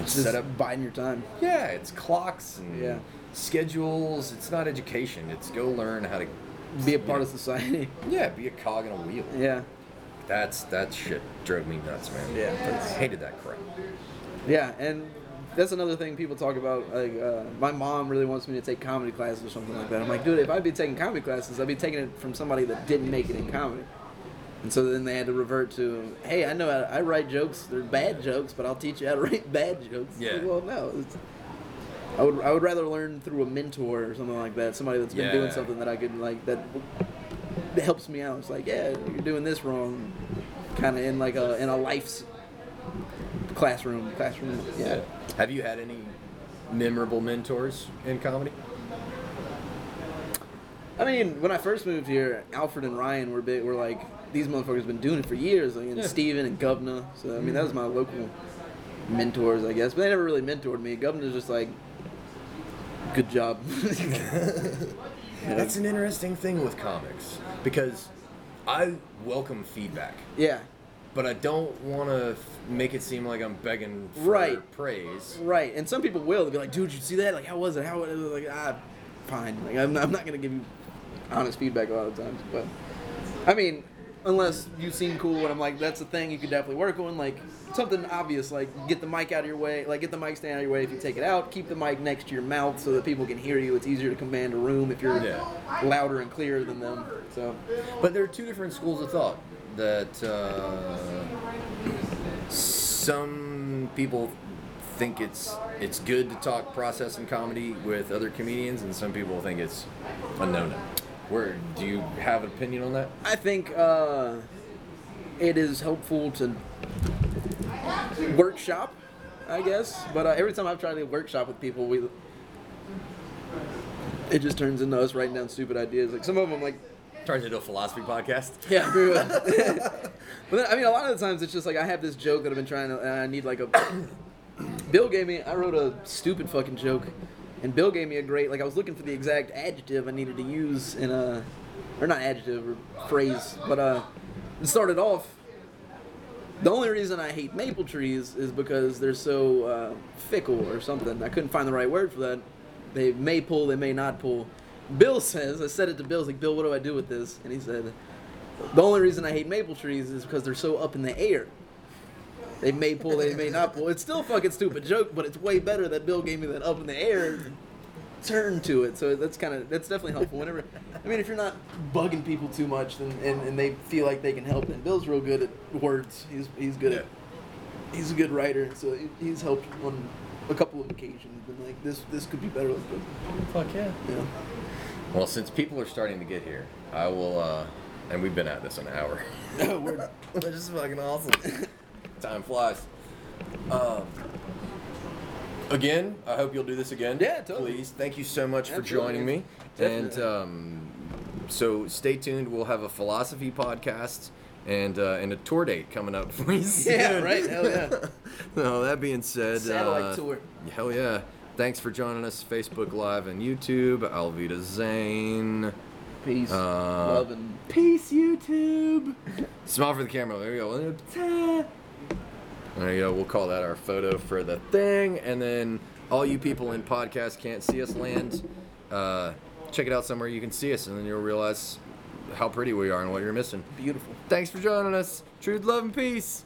[SPEAKER 1] It's
[SPEAKER 2] Just
[SPEAKER 1] set up.
[SPEAKER 2] biding your time.
[SPEAKER 1] Yeah, it's clocks and
[SPEAKER 2] Yeah.
[SPEAKER 1] schedules. It's not education. It's go learn how to.
[SPEAKER 2] be a part of society.
[SPEAKER 1] Yeah, be a cog in a wheel.
[SPEAKER 2] Yeah.
[SPEAKER 1] That's that shit drove me nuts, man.
[SPEAKER 2] Yeah,
[SPEAKER 1] I hated that crap.
[SPEAKER 2] Yeah, and that's another thing people talk about. Like, uh, my mom really wants me to take comedy classes or something like that. I'm like, dude, if I'd be taking comedy classes, I'd be taking it from somebody that didn't make it in comedy. And so then they had to revert to, hey, I know how I write jokes. They're bad jokes, but I'll teach you how to write bad jokes.
[SPEAKER 1] Yeah.
[SPEAKER 2] Like, well, no. It's, I would, I would rather learn through a mentor or something like that. Somebody that's been
[SPEAKER 1] Yeah.
[SPEAKER 2] doing something that I could like that that helps me out. It's like, yeah, you're doing this wrong, kind of in like a in a life's classroom, classroom. Yeah.
[SPEAKER 1] Have you had any memorable mentors in comedy?
[SPEAKER 2] I mean, when I first moved here, Alfred and Ryan were big. Were like these motherfuckers been doing it for years. Like, and
[SPEAKER 1] Yeah.
[SPEAKER 2] Steven and Govna. So I mean, that was my local mentors, I guess. But they never really mentored me. Govna's just like, good job.
[SPEAKER 1] That's an interesting thing with comics because I welcome feedback,
[SPEAKER 2] yeah.
[SPEAKER 1] but I don't want to f- make it seem like I'm begging for
[SPEAKER 2] Right.
[SPEAKER 1] praise.
[SPEAKER 2] Right, and some people will. They'll be like, dude, you see that? Like, how was it? How was it? Like, ah, fine. Like, I'm not, I'm not going to give you honest feedback a lot of times. But, I mean, unless you seem cool and I'm like, that's a thing you could definitely work on. Like, something obvious, like, get the mic out of your way. Like, get the mic stand out of your way if you take it out. Keep the mic next to your mouth so that people can hear you. It's easier to command a room if you're
[SPEAKER 1] Yeah.
[SPEAKER 2] louder and clearer than them. So,
[SPEAKER 1] But there are two different schools of thought that uh, some people think it's it's good to talk process and comedy with other comedians, and some people think it's a no-no. Where do you have an opinion on that?
[SPEAKER 2] I think uh, it is helpful to workshop, I guess. But uh, every time I've tried to workshop with people, we it just turns into us writing down stupid ideas. Like some of them, like
[SPEAKER 1] Turns into a philosophy podcast.
[SPEAKER 2] yeah. we would. but then, I mean, a lot of the times it's just like I have this joke that I've been trying to, and I need like a. Bill gave me. I wrote a stupid fucking joke, and Bill gave me a great. Like I was looking for the exact adjective I needed to use in a, or not adjective or phrase, but uh, it started off The only reason I hate maple trees is because they're so uh, fickle or something. I couldn't find the right word for that. They may pull, they may not pull. Bill says, I said it to Bill, I was like, Bill, what do I do with this? And he said, the only reason I hate maple trees is because they're so up in the air. They may pull, they may not pull. It's still a fucking stupid joke, but it's way better that Bill gave me that up in the air turn to it. So that's kind of that's definitely helpful. Whenever, I mean, if you're not bugging people too much, then and, and they feel like they can help. And Bill's real good at words. He's he's good at he's a good writer, so he- he's helped on a couple of occasions. Been like this this could be better. Let's do it.
[SPEAKER 4] Fuck yeah.
[SPEAKER 2] Yeah.
[SPEAKER 1] Well, since people are starting to get here, I will. Uh, and we've been at this an hour.
[SPEAKER 2] No, we're-
[SPEAKER 1] Which is fucking awesome. Time flies. Um, again, I hope you'll do this again.
[SPEAKER 2] Yeah, totally.
[SPEAKER 1] Please, thank you so much for
[SPEAKER 2] Absolutely.
[SPEAKER 1] joining me. And
[SPEAKER 2] Definitely.
[SPEAKER 1] um, so, stay tuned. We'll have a philosophy podcast and uh, and a tour date coming up for you.
[SPEAKER 2] Yeah,
[SPEAKER 1] soon.
[SPEAKER 2] right, hell yeah.
[SPEAKER 1] no, that being said,
[SPEAKER 2] Satellite
[SPEAKER 1] uh,
[SPEAKER 2] tour.
[SPEAKER 1] Hell yeah. Thanks for joining us, Facebook Live and YouTube. Alvita Zane.
[SPEAKER 2] Peace,
[SPEAKER 1] Uh,
[SPEAKER 2] love, and
[SPEAKER 1] Peace, YouTube. Smile for the camera. There we go. There you go. We'll call that our photo for the thing. And then all you people in podcast can't see us land. Uh, check it out somewhere you can see us, and then you'll realize how pretty we are and what you're missing.
[SPEAKER 2] beautiful.
[SPEAKER 1] Thanks for joining us. Truth, love, and peace.